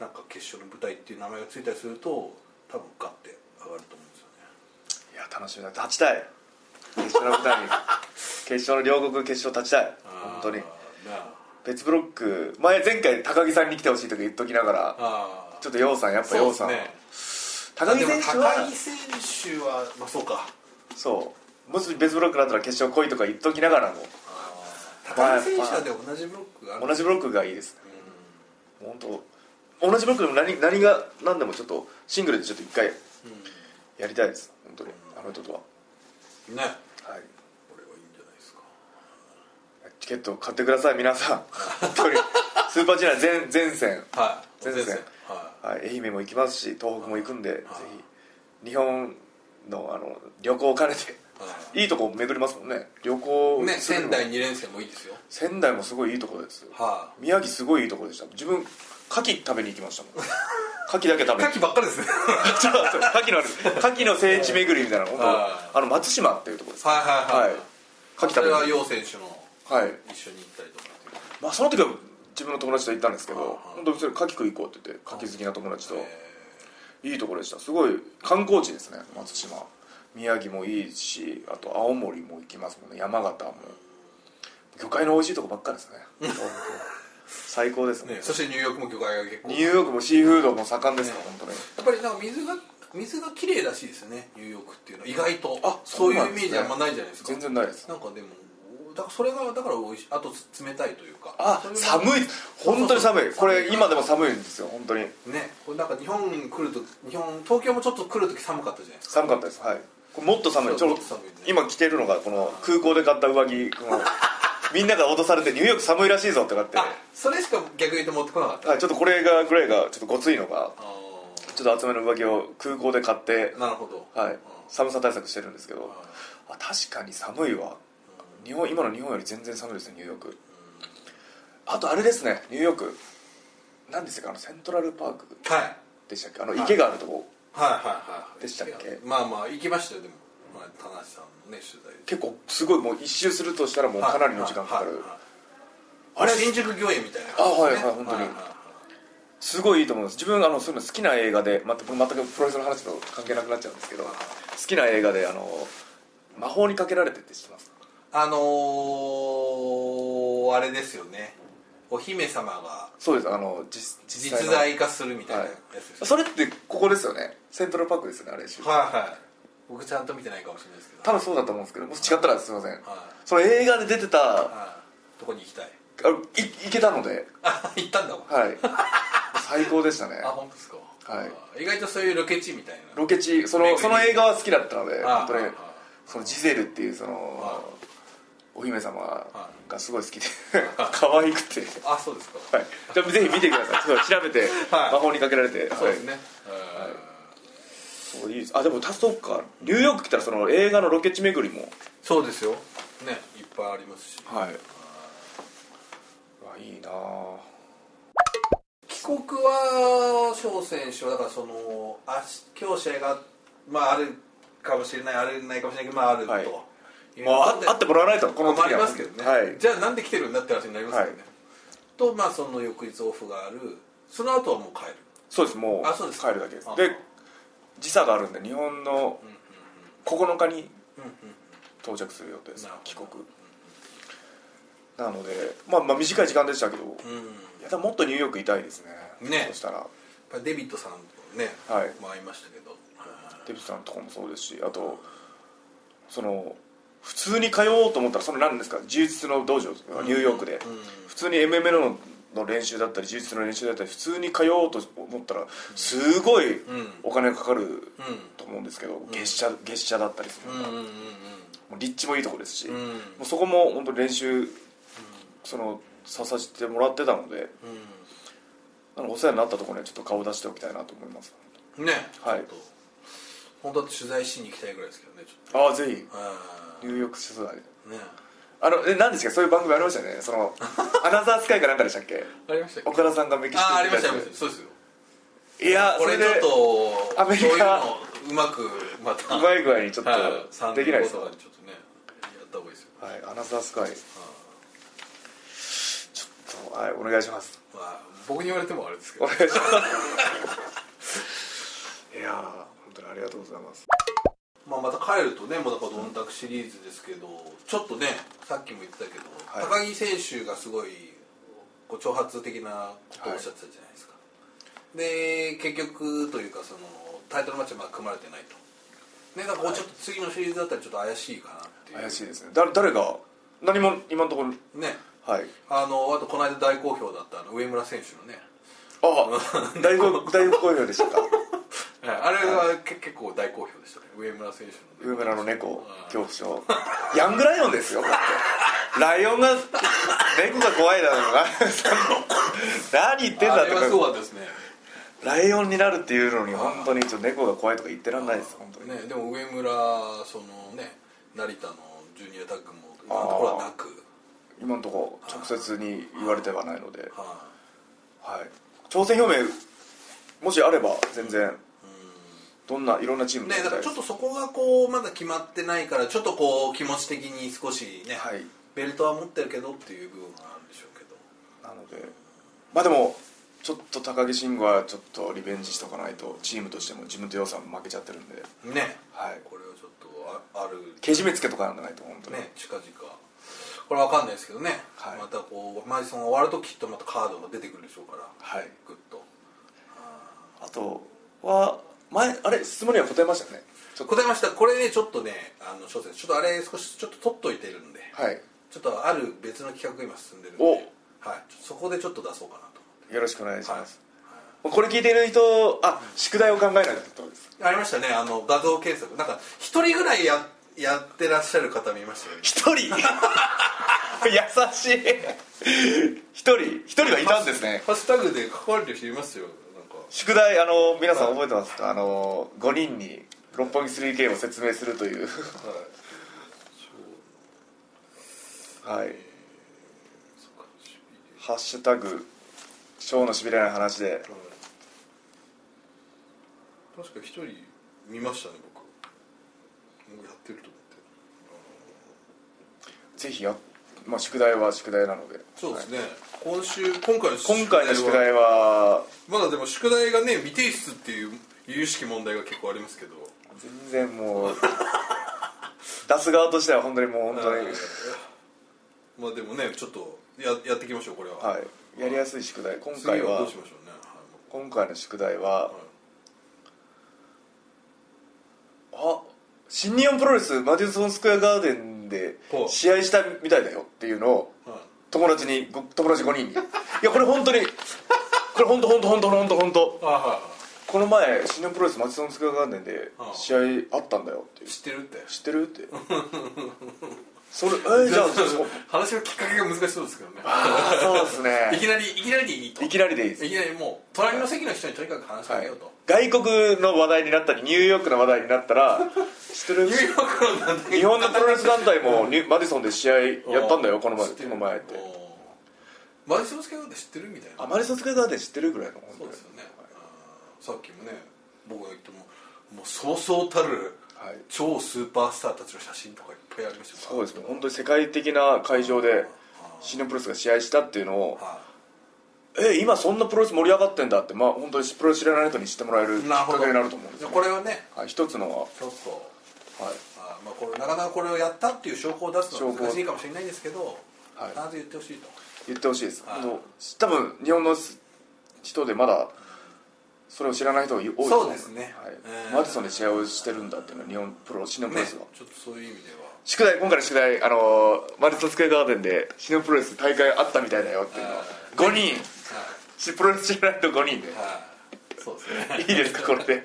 Speaker 2: なんか決勝の舞台っていう名前がついたりすると多分ガッて上がると思うんですよね
Speaker 1: いや楽しみだ立ちたい決勝の舞台 に決勝の両国決勝立ちたい本当に
Speaker 2: あ
Speaker 1: 別ブロック前前回高木さんに来てほしいとか言っときながら
Speaker 2: あ
Speaker 1: ちょっと陽さんやっぱ陽さん、高木
Speaker 3: でも
Speaker 1: 選手
Speaker 3: 高
Speaker 1: は
Speaker 3: 木選手はまあそうか
Speaker 1: そうもし別ブロックだったら決勝来いとか言っときながらも
Speaker 2: 高木選手はで同じブロックがある
Speaker 1: 同じブロックがいいですね本当同じブロックでも何何が何でもちょっとシングルでちょっと一回やりたいです本当にあの人とは
Speaker 2: うんね
Speaker 1: はい
Speaker 2: これはいいんじゃないですか
Speaker 1: チケット買ってください皆さん本当にスーパージュニア全全戦
Speaker 2: はい
Speaker 1: 全然
Speaker 2: は
Speaker 1: はい、愛媛も行きますし東北も行くんで、ぜひ日本のあの旅行を兼ね
Speaker 2: いはい
Speaker 1: ていいとこ巡りますもんね旅行
Speaker 2: ね、
Speaker 1: するの
Speaker 2: 仙台2連戦もいいですよ
Speaker 1: 仙台もすごいいいとこです
Speaker 2: は
Speaker 1: 宮城すごいいいとこでした自分牡蠣食べに行きましたもん 牡蠣だけ食
Speaker 2: い
Speaker 1: べ
Speaker 2: 牡
Speaker 1: に
Speaker 2: 蠣ばっかりです ね
Speaker 1: そうそう牡蠣のある牡蠣の聖地巡りみたいな本当
Speaker 2: は
Speaker 1: あの松島っていうとこです
Speaker 2: はいはいはい
Speaker 1: 牡蠣
Speaker 2: そ
Speaker 1: 食べ
Speaker 2: れ
Speaker 1: に
Speaker 2: は楊選手の
Speaker 1: はい、
Speaker 2: 一緒に行ったりとかっていう
Speaker 1: まあ、その時は自分の友達と行ったんですけ
Speaker 2: はいは
Speaker 1: ど
Speaker 2: い
Speaker 1: 本当にそれ牡蠣食い行こうって言って牡蠣好きな友達と
Speaker 2: え
Speaker 1: いいところでしたすごい観光地ですね松島宮城もいいしあと青森も行きますもんね山形も魚介の美味しいとこばっかりです ね最高です
Speaker 2: ー
Speaker 1: ね
Speaker 2: ねそしてニューヨークも魚介が結構
Speaker 1: ニュー
Speaker 2: や
Speaker 1: ヨークもシーフードも盛んですよ、
Speaker 2: ね
Speaker 1: 本当に
Speaker 2: っぱりなんか水が水が綺麗らしいですよねニューヨークっていうのは意外と
Speaker 1: あ
Speaker 2: そうい
Speaker 1: そうな
Speaker 2: うん
Speaker 1: で
Speaker 2: イメ
Speaker 1: すね
Speaker 2: ージあんまないじゃないですか
Speaker 1: 全然ないです
Speaker 2: なんかでもだからそれがだから美味しいあとつ冷たいというか
Speaker 1: あ
Speaker 2: それが
Speaker 1: 寒い本当に寒いこれ今でも
Speaker 2: ね
Speaker 1: 寒いんですよ本当に
Speaker 2: これなんか日本に来ると日本東京もちょっと来るとき寒かったじゃないですか
Speaker 1: 寒かったですはいこれもっと寒いちょうど
Speaker 2: そうもっと寒いね
Speaker 1: 今着てるのがこの空港で買った上 着このみんなが脅されてニューヨーク寒いらしいぞってなって、
Speaker 2: あそれしか逆に言って持ってこなかった
Speaker 1: はい、ちょっとこれがぐらいがちょっとごついのが
Speaker 2: あー
Speaker 1: ちょっと厚めの上着を空港で買って、
Speaker 2: なるほど
Speaker 1: はい
Speaker 2: うん、
Speaker 1: 寒さ対策してるんですけど
Speaker 2: はい
Speaker 1: あ確かに寒いわ日本今の日本より全然寒いですねニューヨークあとあれですねニューヨーク何でしたっけあのセントラルパーク
Speaker 2: はい
Speaker 1: でしたっけあの池があるとこ、
Speaker 2: はいはいはい
Speaker 1: でしたっけ
Speaker 2: まあまあ行きましたよでも、まあ、田無さんのね取材で
Speaker 1: 結構すごいもう一周するとしたらもう
Speaker 2: はい
Speaker 1: かなりの時間かかる
Speaker 2: あ
Speaker 1: あれ
Speaker 2: れ新宿御苑みたいな
Speaker 1: あはい
Speaker 2: ですね
Speaker 1: はい本当にすごいいいと思います自分あのそういうの好きな映画でまたこれ全くプロレスの話と関係なくなっちゃうんですけど好きな映画であの魔法にかけられてって知ってます
Speaker 2: あのー、あれですよねお姫様が
Speaker 1: そうですあの実
Speaker 2: 実
Speaker 1: の
Speaker 2: 在化するみたいなやつですよ
Speaker 1: それってここですよねセントラルパークですよねあれ
Speaker 2: ねはいはい僕ちゃんと見てないかもしれないですけど
Speaker 1: 多分そうだと思うんですけどもし違ったらすいません
Speaker 2: は
Speaker 1: その映画で出てた
Speaker 2: い
Speaker 1: あ
Speaker 2: はいどこに行きたい
Speaker 1: のいいけたので
Speaker 2: あ行ったんだもん
Speaker 1: はい 最高でしたね
Speaker 2: あ本当ですか
Speaker 1: はい
Speaker 2: い意外とそういうロケ地みたいな
Speaker 1: ロケ地そのその映画は好きだったので
Speaker 2: あ
Speaker 1: 本当に
Speaker 2: あ
Speaker 1: そのジゼルっていうそ
Speaker 2: は
Speaker 1: のお姫様がすごい好きで
Speaker 2: はい
Speaker 1: 可愛くて
Speaker 2: あそうですか
Speaker 1: はいじゃあぜひ見てくださいちょっと調べて
Speaker 2: はい
Speaker 1: 魔法にかけられて
Speaker 2: そうで
Speaker 1: は
Speaker 2: す
Speaker 1: い
Speaker 2: ねはい
Speaker 1: そういいですあでもたそうかニューヨーク来たらその映画のロケ地巡りも
Speaker 2: そうですよねいっぱいありますし
Speaker 1: はいあいいなあ
Speaker 2: 帰国は翔選手はだからそのあし今日試合がまああるかもしれないあれないかもしれないけどまああると、
Speaker 1: はいいうもうあ
Speaker 2: ことで
Speaker 1: 会ってもらわないとこの
Speaker 2: まああ
Speaker 1: 時
Speaker 2: り
Speaker 1: は
Speaker 2: ますけどね、
Speaker 1: はい
Speaker 2: じゃあなんで来てるんだって話になりますよね、
Speaker 1: はい
Speaker 2: とまあその翌日オフがあるその後はもう帰る
Speaker 1: そうですも
Speaker 2: あそうです
Speaker 1: う
Speaker 2: か
Speaker 1: 帰るだけです
Speaker 2: あ
Speaker 1: で時差があるんで日本の9日に
Speaker 2: うんうん
Speaker 1: 到着する予定です
Speaker 2: なるほど
Speaker 1: 帰国なのでまあまあ短い時間でしたけど
Speaker 2: うんうんや
Speaker 1: いやでももっとニューヨークいたいですね
Speaker 2: ね
Speaker 1: そしたら
Speaker 2: っぱりデビットさんとね、
Speaker 1: はい
Speaker 2: まあ会いましたけどはい
Speaker 1: デビッドさんのとこもそうですしあとその普通に通おうと思ったらその何ですか柔術の道場ニューヨークで
Speaker 2: うん
Speaker 1: 普通に MMA のの練習だったり柔術の練習だったり普通に通おうと思ったらすごい
Speaker 2: うん
Speaker 1: お金がかかる
Speaker 2: うん
Speaker 1: と思うんですけど月謝月謝だったりする、
Speaker 2: うんうんうんうん
Speaker 1: もう立地もいいとこですし、
Speaker 2: うん
Speaker 1: もうそこも本当練習そのささせてもらってたのであのお世話になったところにはちょっと顔出しておきたいなと思います
Speaker 2: うんね
Speaker 1: はい
Speaker 2: ちょっと本当は取材しに行きたいぐらいですけどねちょっと
Speaker 1: ああぜひ
Speaker 2: あ
Speaker 1: ニューヨーク取材
Speaker 2: あね
Speaker 1: あのえ何ですかそういう番組ありましたよねそ のアナザースカイかなんかでしたっけ
Speaker 2: ありましたっけ
Speaker 1: 岡田さんがメキシコ
Speaker 2: あああり
Speaker 1: 行
Speaker 2: ま
Speaker 1: っ
Speaker 2: したた
Speaker 1: やつ
Speaker 2: ありましたそうですよ
Speaker 1: いやそ
Speaker 2: こ
Speaker 1: れ
Speaker 2: れ
Speaker 1: で
Speaker 2: ちょっ
Speaker 1: う
Speaker 2: と
Speaker 1: アメリカ
Speaker 2: そういうのうまくまた
Speaker 1: まい具合にちょっ
Speaker 2: はい
Speaker 1: とできないです
Speaker 2: 3
Speaker 1: か
Speaker 2: 年後とかにちょっとね
Speaker 1: はい、アナザースカイちょっとはいお願いします
Speaker 2: まあ、僕に言われてもあれですけ
Speaker 1: お
Speaker 2: ど
Speaker 1: 願いしますいやー本当にありがとうございます
Speaker 2: まあ、また帰るとねもうだからどんたくシリーズですけど、ちょっとねさっきも言ってたけど、
Speaker 1: はい
Speaker 2: 高木選手がすごいこう挑発的なことをおっしゃってたじゃないですか、で結局というかそのタイトルマッチはまだ組まれてないとねだからこうちょっと次のシリーズだったらちょっと怪しいかなっていう
Speaker 1: 怪しいですねだ誰が何も今のところ
Speaker 2: ね
Speaker 1: はい
Speaker 2: あのあとこの間大好評だったあの上村選手のね
Speaker 1: ああだいぶだいぶ好評でしたか
Speaker 2: あれはけ結構大好評でしたね上村選手の
Speaker 1: 上
Speaker 2: ね
Speaker 1: 村の猫恐怖症ヤングライオンですよだってライオンが猫が怖いだろうな その何言ってんだ
Speaker 2: あ
Speaker 1: って
Speaker 2: れはすごかったですね
Speaker 1: ライオンになるっていうのに本当にちょっと猫が怖いとか言ってらんないです本当に
Speaker 2: ね、でも上村そのね成田のジュニアタッグも今のところはなく
Speaker 1: 今のところ直接に言われてはないので、
Speaker 2: は
Speaker 1: はい、挑戦表明もしあれば全然どんないろんなチー
Speaker 2: い
Speaker 1: ム
Speaker 2: ね
Speaker 1: で
Speaker 2: だからちょっとそこがこうまだ決まってないからちょっとこう気持ち的に少しね、
Speaker 1: はい
Speaker 2: ベルトは持ってるけどっていう部分があるんでしょうけど
Speaker 1: なのでまあでもちょっと高木慎吾はちょっとリベンジしとかないとチームとしても自分と予算負けちゃってるんで、
Speaker 2: ね
Speaker 1: はい、
Speaker 2: これをちょっとあある
Speaker 1: けじめつけとかなんないと本当に、
Speaker 2: ね近々これわかんないですけどね、
Speaker 1: はい
Speaker 2: またこうマジソンが終わるときっとまたカードが出てくるでしょうから
Speaker 1: はい
Speaker 2: グッと
Speaker 1: あとは前あれ質問には答えましたねちょっと
Speaker 2: 答えましたこれねちょっとねあの小説ちょっとあれ少しちょっと取っといてるんで
Speaker 1: はい
Speaker 2: ちょっとある別の企画が今進んでるんで、
Speaker 1: お
Speaker 2: はい、ちょそこでちょっと出そうかなと
Speaker 1: よろしくお願いします、
Speaker 2: は
Speaker 1: これ聞いてる人あ宿題を考えないとってことです
Speaker 2: 思ってありましたねあの画像検索なんか一人ぐらいややってらっしゃる方見ましたよね
Speaker 1: 一人 優しい一人一人はいたんですね
Speaker 2: ハッシュタグで書かれてる人いますよなんか
Speaker 1: 宿題あの皆さん覚えてますかあの5人に六本木 3K を説明するという
Speaker 2: は
Speaker 1: は
Speaker 2: い
Speaker 1: い
Speaker 2: そっかしびれ
Speaker 1: 「ハッシュタグショーのしびれない話で
Speaker 2: はい確か一人見ましたね僕僕やってると思って」
Speaker 1: ぜひや、まあ、宿題は宿題なので
Speaker 2: そうです
Speaker 1: はい
Speaker 2: ね、今週今回の宿題
Speaker 1: 今回の宿題は
Speaker 2: まだでも宿題がね未提出っていう由々しき問題が結構ありますけど
Speaker 1: 全然もう出す側としては本当にもう本当に
Speaker 2: はいまあでもねちょっとややっていきましょうこれは
Speaker 1: はいやりやすい宿題今
Speaker 2: 次
Speaker 1: 回
Speaker 2: はど
Speaker 1: は
Speaker 2: うしましょうねは
Speaker 1: 今回の宿題は、あ新日本プロレスマディソンスクエアガーデンで
Speaker 2: ほう
Speaker 1: 試合したみたいだよっていうのを
Speaker 2: いはい
Speaker 1: 友達にご友達5人にいやこれ本当にこれ本当本当本当本当本当
Speaker 2: あはいは
Speaker 1: この前新日本プロレスマディソンスクエアガーデンで
Speaker 2: ああ
Speaker 1: 試合あったんだよっていう
Speaker 2: い知ってるって
Speaker 1: 知ってるっ てそれえじゃあそう
Speaker 2: 話のきっかけが難しそうですけどね
Speaker 1: あそうです
Speaker 2: い
Speaker 1: ね
Speaker 2: きなりいきなりでいいと
Speaker 1: いきなりでいいです
Speaker 2: いきなりもう隣の席の人にとにかく話しか
Speaker 1: は
Speaker 2: け
Speaker 1: い
Speaker 2: ようと、、
Speaker 1: 外国の話題になったりニューヨークの話題になったら知ってる
Speaker 2: ニューヨークの団体
Speaker 1: 日本のプロレス団体もニュマディソンで試合やったんだよこの前
Speaker 2: 知って
Speaker 1: こ
Speaker 2: る
Speaker 1: の前って
Speaker 2: おーマリソンスケーって知ってるみたいな
Speaker 1: あマディソンスクエアガーデン知ってるぐらいの
Speaker 2: そうですよね、あーさっきもね僕が言ってももうそうそうたる
Speaker 1: はい
Speaker 2: 超スーパースターたちの写真とかいっぱいありました
Speaker 1: そうですね本当に世界的な会場で新日本プロレスが試合したっていうのを
Speaker 2: は
Speaker 1: え今そんなプロレス盛り上がってんだってまあ本当にプロレス知らない人に知ってもらえる
Speaker 2: い
Speaker 1: きっかけになると思うんです
Speaker 2: じ
Speaker 1: よ
Speaker 2: ゃあこれはね
Speaker 1: はい一つの
Speaker 2: ちょっと
Speaker 1: は、はい、
Speaker 2: あーまあ、これなかなかこれをやったっていう証拠を出すのは
Speaker 1: 証拠
Speaker 2: 難しいかもしれないんですけど、
Speaker 1: はい
Speaker 2: 必ず言ってほしいと
Speaker 1: 言ってほしいです
Speaker 2: はい
Speaker 1: 本当多分日本の人でまだそれを知らない人が多いと思
Speaker 2: そうですね
Speaker 1: はい
Speaker 2: えー
Speaker 1: マディソンで試合をしてるんだっていうのは日本プロ新日本プロ
Speaker 2: ね
Speaker 1: レスは、
Speaker 2: ちょっとそういう意味では
Speaker 1: 宿題今回の宿題あのーマリソンスクエアガーデンでシノプロレス大会あったみたいだよっていうのは
Speaker 2: あ
Speaker 1: 5人
Speaker 2: は
Speaker 1: しプロレス知らないと5人で
Speaker 2: い、はい、そうですね
Speaker 1: いいですかこれで
Speaker 2: ね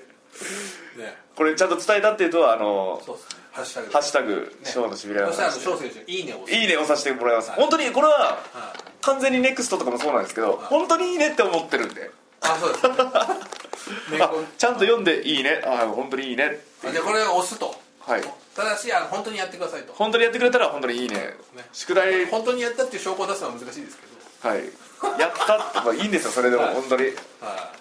Speaker 1: これちゃんと伝えたっていうとはあの
Speaker 2: そうですねハッシュタグ
Speaker 1: ハッシュタグショーのしびれの
Speaker 2: そしたらあの
Speaker 1: 話
Speaker 2: 翔選手いいねを押す
Speaker 1: いいねをさせてもらいます
Speaker 2: はい
Speaker 1: 本当にこれは
Speaker 2: はい
Speaker 1: 完全にネクストとかもそうなんですけど本当にいいねって思ってるんで
Speaker 2: あそうですね ね
Speaker 1: あ
Speaker 2: こう
Speaker 1: ちゃんと読んでいいねあ本当にいいね
Speaker 2: あじゃあこれを押すと
Speaker 1: はい
Speaker 2: ただしあの本当にやってくださいと
Speaker 1: 本当にやってくれたら本当にいいね
Speaker 2: ね
Speaker 1: 宿題
Speaker 2: 本当にやったっていう証拠を出すのは難しいですけ
Speaker 1: はいやったってまあいいんですよそれでも
Speaker 2: はい
Speaker 1: 本当に
Speaker 2: どは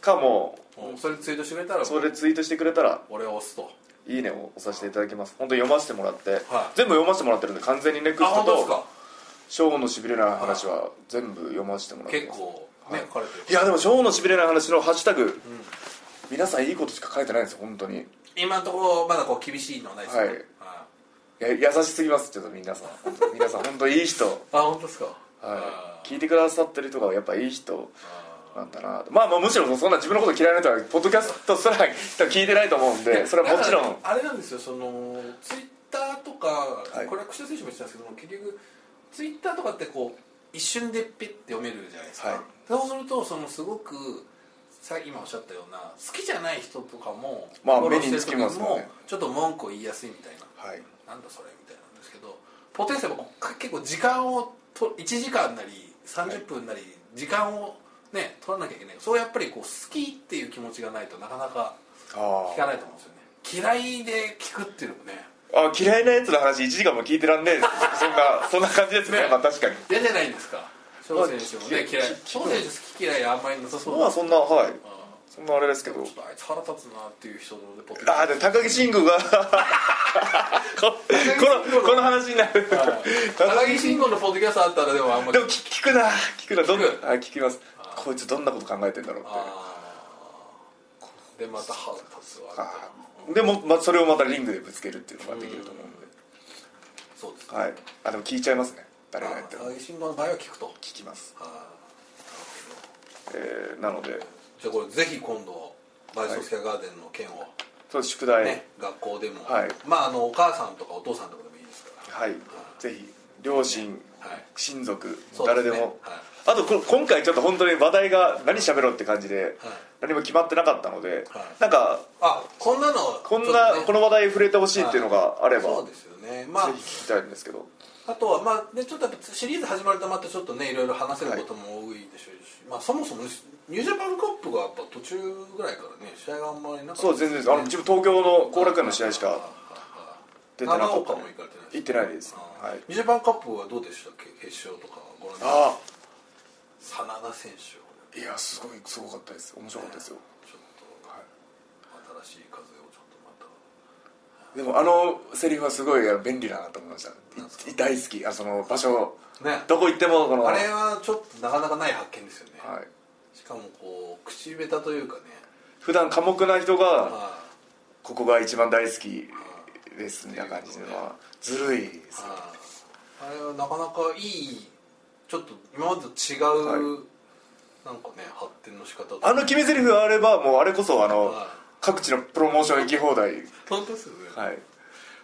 Speaker 1: かも
Speaker 2: いもうそれツイートしてくれたら
Speaker 1: それツイートしてくれたら
Speaker 2: 俺を押すと
Speaker 1: 「いいね」を押させていただきます本当に読ませてもらって、
Speaker 2: はい
Speaker 1: 全部読ませてもらってるんで完全にネク
Speaker 2: あ
Speaker 1: スト
Speaker 2: 本当です
Speaker 1: と
Speaker 2: か
Speaker 1: 「ショーのしびれない話」は全部読ませてもらって
Speaker 2: 結
Speaker 1: ます
Speaker 2: 構ね書かれてる
Speaker 1: いやでも「ショーのしびれない話」のハッシュタグ、皆さんいいことしか書いてないんですよ本当にい
Speaker 2: 今のところまだこう厳しいのはないですよね
Speaker 1: はい
Speaker 2: はい
Speaker 1: や優しすぎますちょっと皆さん本当皆さん本当いい人
Speaker 2: あ本当ですかあ
Speaker 1: はい、
Speaker 2: ー
Speaker 1: 聞いてくださってる人がやっぱいい人
Speaker 2: あ
Speaker 1: なんだなまあまあむしろそんな自分のこと嫌いな人はポッドキャストすら聞いてないと思うん でそれはもちろん
Speaker 2: だからあれなんですよそのツイッターとか、
Speaker 1: い
Speaker 2: これは串田選手も言ってたんですけども結局ツイッターとかってこう一瞬でピッて読めるじゃないですか、
Speaker 1: はい
Speaker 2: そうするとそのすごくさ今おっしゃったような好きじゃない人とかも、
Speaker 1: まあ
Speaker 2: フォローしてる
Speaker 1: 目につきますもんね
Speaker 2: ちょっと文句を言いやすいみたいな
Speaker 1: はい
Speaker 2: なんだそれみたいなんですけどポテンスは結構時間をと1時間なり30分なり時間をね取らなきゃいけないそれやっぱりこう好きっていう気持ちがないとなかなか
Speaker 1: あ
Speaker 2: 聞かないと思うんですよね嫌いで聞くっていうのもね
Speaker 1: あ嫌いなやつの話1時間も聞いてらんねえですそん なそんな感じですね
Speaker 2: ね
Speaker 1: まあ確かに
Speaker 2: 嫌じゃないんですか翔選手もね
Speaker 1: き
Speaker 2: 嫌い
Speaker 1: き
Speaker 2: 翔選手好き嫌いあんまりなさそう
Speaker 1: まあ
Speaker 2: だ
Speaker 1: そんなはい
Speaker 2: あ
Speaker 1: そんなあれですけ
Speaker 2: ちょ
Speaker 1: ど
Speaker 2: っとあいつ腹立つなっていう人のポテンス
Speaker 1: ああで高木慎吾が ここのこの話になる
Speaker 2: 高木慎吾のポッドキャストあったらでもあんま り
Speaker 1: でも聞聞くな聞くなどんな
Speaker 2: 聞く
Speaker 1: あ聞きますこいつどんなこと考えてんだろうっていう
Speaker 2: あーでまた腹立つわみたいな
Speaker 1: あーでも、ま、それをまたリングでぶつけるっていうのができると思うんで、
Speaker 2: そうですね
Speaker 1: はいあでも聞いちゃいますね誰がやっても
Speaker 2: 高
Speaker 1: 聞
Speaker 2: 木慎吾の場合は聞くと
Speaker 1: きます、
Speaker 2: あ
Speaker 1: えーなので
Speaker 2: ーじゃあこれぜひ今度バイソスキャガーデンの件を
Speaker 1: そう宿題、
Speaker 2: ね、学校でも、
Speaker 1: はい
Speaker 2: まああのお母さんとかお父さんとかでもいいですから
Speaker 1: はいぜひ両親
Speaker 2: はい
Speaker 1: 親族
Speaker 2: そう
Speaker 1: 誰
Speaker 2: す
Speaker 1: で
Speaker 2: ね
Speaker 1: も
Speaker 2: はい
Speaker 1: あとこ今回ちょっと本当に話題が何喋ろうって感じで
Speaker 2: はい
Speaker 1: 何も決まってなかったので、
Speaker 2: はい
Speaker 1: なんか
Speaker 2: あこんなの
Speaker 1: こん
Speaker 2: ちょ
Speaker 1: な、
Speaker 2: っとね
Speaker 1: この話題触れてほしいっていうのがあれば、
Speaker 2: そうですよねまあ
Speaker 1: ぜひ聞きたいんですけど
Speaker 2: あとはまあでちょっとやっぱシリーズ始まるとまたちょっとねいろいろ話せることも多いでしょうし、まあそもそもねニュージャパンカップがやっぱ途中ぐらいからね試合があんまりなかった
Speaker 1: そう全然ですあの自分東京の後楽園の試合し
Speaker 2: はい
Speaker 1: か出てな
Speaker 2: 長
Speaker 1: かっ
Speaker 2: 岡
Speaker 1: た
Speaker 2: も
Speaker 1: の
Speaker 2: 行
Speaker 1: で
Speaker 2: かれてない
Speaker 1: 行ってないです、
Speaker 2: あー
Speaker 1: はい
Speaker 2: ニュージャパンカップはどうでしたっけ決勝とかご覧になりま
Speaker 1: あ
Speaker 2: した真田選手を
Speaker 1: あいやすごいすごかったです面白かったですよ、
Speaker 2: ちょっと、
Speaker 1: は
Speaker 2: 新しい風をちょっとまた
Speaker 1: い、でもあのセリフはすごいあの便利だなと思いました
Speaker 2: なんすか
Speaker 1: いい大好きあその場所
Speaker 2: ね
Speaker 1: どこ行ってもこの
Speaker 2: あれはちょっとなかなかない発見ですよね、
Speaker 1: はい、
Speaker 2: しかもこう口下手というかね
Speaker 1: 普段寡黙な人が
Speaker 2: あ
Speaker 1: ここが一番大好きですみたいな感じで、まあ、ずるいですよ
Speaker 2: ああれはなかなかいいちょっと今までと違う、
Speaker 1: は
Speaker 2: なんかね発展の仕方
Speaker 1: あの決め台詞があればもうあれこそあの、
Speaker 2: はい
Speaker 1: 各地のプロモーション行き放題
Speaker 2: 本当ですよね、
Speaker 1: はい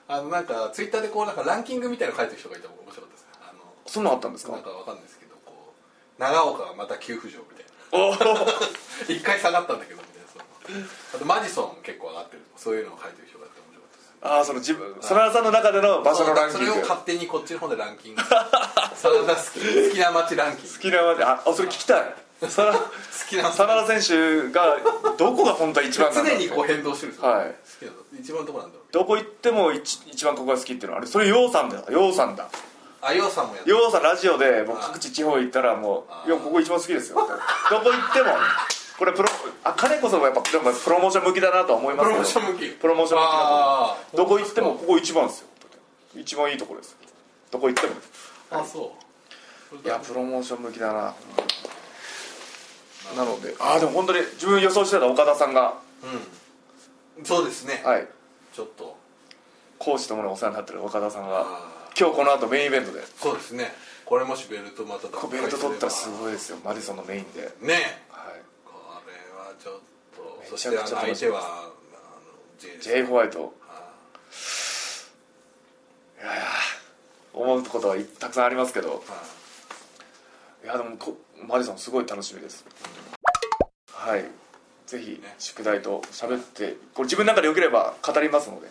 Speaker 2: あのなんかツイッターでこうなんかランキングみたいなの書いてる人がいたのが面白かったですねあの
Speaker 1: そんなんあったんですか
Speaker 2: なんかわかんないですけどこう長岡はまた急浮上みたい
Speaker 1: お
Speaker 2: な 一回下がったんだけどみたいなそうあとマジソン結構上がってるそういうのを書いてる人がいて面白かったです
Speaker 1: ああその自分真田さんの中での場所のランキング
Speaker 2: それを勝手にこっちの方でランキング真田好き好きな街ランキング
Speaker 1: 好きな街ああそれ聞きたいさら
Speaker 2: 好きな
Speaker 1: 真田選手がどこが本当は一番なんだ
Speaker 2: 常にこう変動してるんですよ、
Speaker 1: はい
Speaker 2: 好きなの一番のとこなんだろう
Speaker 1: どこ行っても一一番ここが好きっていうのはあれそれようさんだよようさんだ
Speaker 2: あようさんもやってる
Speaker 1: ようさんラジオで僕
Speaker 2: あー
Speaker 1: 各地地方行ったらも
Speaker 2: あ
Speaker 1: う「
Speaker 2: ー
Speaker 1: よここ一番好きですよ」どこ行ってもこれプロあ彼こそやっぱでもプロモーション向きだなとは思い
Speaker 2: プ
Speaker 1: ます
Speaker 2: ロ
Speaker 1: けど
Speaker 2: モーション向き
Speaker 1: プロモーション向きだと思う
Speaker 2: あー
Speaker 1: どこ行ってもここ一番ですよ一番いいところですよどこ行っても
Speaker 2: あそう
Speaker 1: い
Speaker 2: い
Speaker 1: やプロモーション向きだななのでああでも本当に自分予想してた岡田さんが
Speaker 2: うんそうですね、
Speaker 1: はい
Speaker 2: ちょっと
Speaker 1: 講師ともにお世話になってる岡田さんが
Speaker 2: あー
Speaker 1: 今日この後メインイベントで
Speaker 2: そうですねこれもしベルトまた
Speaker 1: こ
Speaker 2: 奪
Speaker 1: うベルト取ったらす
Speaker 2: い
Speaker 1: ごいですよマディソンのメインで
Speaker 2: ね
Speaker 1: はい
Speaker 2: これはちょっと
Speaker 1: め
Speaker 2: そ
Speaker 1: ち
Speaker 2: し
Speaker 1: ゃ
Speaker 2: て
Speaker 1: くち
Speaker 2: あ
Speaker 1: ゃ
Speaker 2: の相手はあの J です
Speaker 1: J ホワイト
Speaker 2: あ
Speaker 1: いやいや思うことはいたくさんありますけどい
Speaker 2: ーあ
Speaker 1: やでもこマディソンすごい楽しみですはいぜひ
Speaker 2: ね
Speaker 1: 宿題と喋ってこれ自分の中でよければ語りますので、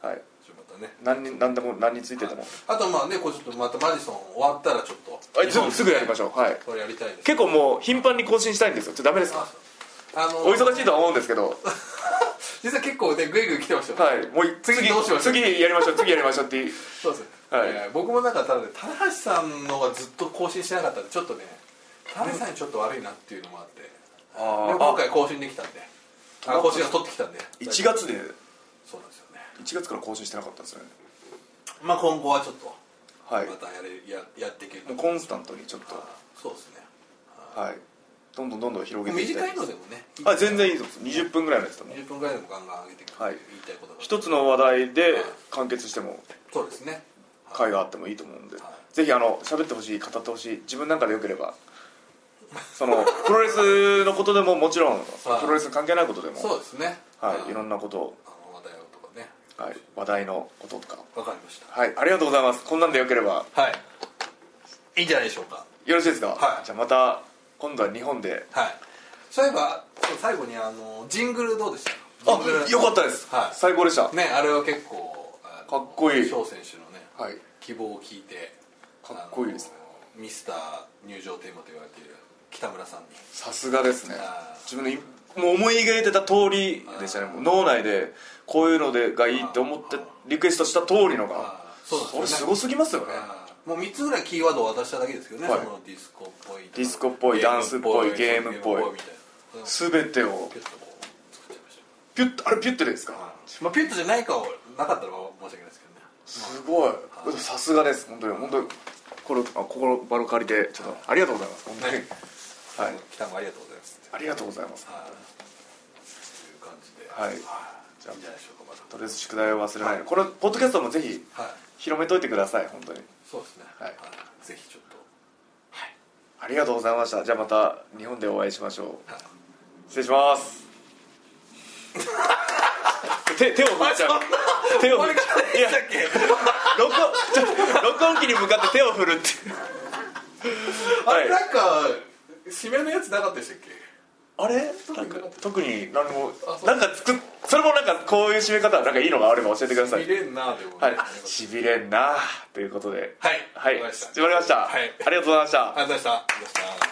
Speaker 2: ーは
Speaker 1: は
Speaker 2: い
Speaker 1: い、
Speaker 2: ちょっとまたね
Speaker 1: 何に何でも何についてでも
Speaker 2: あとまあねこれちょっとまたマジソン終わったらちょっと
Speaker 1: あすぐすぐやりましょうはい
Speaker 2: これやりたいです
Speaker 1: 結構もう頻繁に更新したいんですよちょっとダメですか
Speaker 2: あの
Speaker 1: お忙しいとは思うんですけど
Speaker 2: 実は結構ねグイグイ来てましたよね
Speaker 1: はいもう次
Speaker 2: 次どうしましょう
Speaker 1: 次やりましょう次やりましょうっていう
Speaker 2: そうです
Speaker 1: はい
Speaker 2: えー僕もなんかただね棚橋さんのがずっと更新してなかったんでちょっとね棚橋さんにちょっと悪いなっていうのもあってで
Speaker 1: あ
Speaker 2: も今回更新できたんであ更新が取ってきたんで
Speaker 1: 1月で
Speaker 2: そうなんですよね
Speaker 1: 1月から更新してなかったですね
Speaker 2: まあ今後はちょっと
Speaker 1: はい
Speaker 2: またやれややっていける
Speaker 1: もうコンスタントにちょっと
Speaker 2: そうですね
Speaker 1: はいどんどんどんどん広げていきた
Speaker 2: 短
Speaker 1: い
Speaker 2: いのでもね
Speaker 1: あ全然いいです20分ぐらいのやつだもん
Speaker 2: 20分ぐらいでもガンガン上げていく、
Speaker 1: はい
Speaker 2: 言いたいことが
Speaker 1: 一つの話題で完結しても
Speaker 2: そうですね
Speaker 1: 会があってもいいと思うんで、
Speaker 2: は
Speaker 1: ぜひあの喋ってほしい語ってほしい自分なんかでよければそのプロレスのことでももちろん、
Speaker 2: い
Speaker 1: プロレス関係ないことでも
Speaker 2: そうですね
Speaker 1: はい、いろ
Speaker 2: なん
Speaker 1: なことを、
Speaker 2: あの話題をとかね
Speaker 1: はい、話題のこととか
Speaker 2: わかりまし
Speaker 1: はいありがとうございますこんなんでよければ
Speaker 2: たはいいいんじゃないでしょうか
Speaker 1: よろしいですか、
Speaker 2: はい
Speaker 1: じゃあまた今度は日本で
Speaker 2: はいそういえばそう最後にあのジングルどうでした
Speaker 1: あ
Speaker 2: ジングル
Speaker 1: よかったです、
Speaker 2: はい
Speaker 1: 最高でした、
Speaker 2: ねあれは結構あの
Speaker 1: かっこいい
Speaker 2: 翔選手のね
Speaker 1: はい
Speaker 2: 希望を聞いて
Speaker 1: かっこいいですね
Speaker 2: あのミスター入場テーマと言われている北村さんに
Speaker 1: さすがですね
Speaker 2: あー
Speaker 1: 自分のいもう思い入れてた通りでしたねもう脳内でこういうのでがいいって思って
Speaker 2: あー
Speaker 1: リクエストした通りのが
Speaker 2: あーそうなん
Speaker 1: れ
Speaker 2: ですよね
Speaker 1: すごすぎますよね
Speaker 2: あーもう3つぐらいキーワードを渡しただけですけどね、
Speaker 1: はい
Speaker 2: そのディスコっぽいとか
Speaker 1: ディスコっぽい
Speaker 2: ゲーム
Speaker 1: ダンスっぽいゲームっぽい
Speaker 2: ゲみたいな
Speaker 1: 全てを
Speaker 2: ピュッとこう作っちゃいました
Speaker 1: ピュッとあれピュッてですか
Speaker 2: まあ、ピュッとじゃないかはなかったら申し訳ないですけどね
Speaker 1: すごいさすがです本当に本当にこれあ心バロ借りてちょっとありがとうございます本当に
Speaker 2: ね
Speaker 1: はい
Speaker 2: 来たもありがとうございます
Speaker 1: ありがとうございます
Speaker 2: はいという感じで
Speaker 1: はい
Speaker 2: じゃあいいんじゃないでしょうかま
Speaker 1: とりあえず宿題を忘れないように
Speaker 2: はい
Speaker 1: これポッドキャストもぜひ
Speaker 2: たはい
Speaker 1: 広めといてください本当に
Speaker 2: そうですね
Speaker 1: はい
Speaker 2: ぜひちょっと
Speaker 1: ありがとうございましたじゃあまた日本でお会いしましょう
Speaker 2: はい
Speaker 1: 失礼します 手手を振っちゃう手を振っちゃういや録音ちょっと録音機に向かって手を振るって
Speaker 2: あ
Speaker 1: はい
Speaker 2: れなんか締めのやつなかったでしたっけ
Speaker 1: あれなんか特に何も
Speaker 2: あそう
Speaker 1: なんかつくそれもなんかこういう締め方なんかいいのがあれば教えてください
Speaker 2: 見れんなでも
Speaker 1: はい
Speaker 2: はい
Speaker 1: しびれんなあということで
Speaker 2: はい
Speaker 1: はい
Speaker 2: わかりました
Speaker 1: 決まりました
Speaker 2: はい
Speaker 1: ありがとうございました
Speaker 2: ありがとうございましたありがとうございました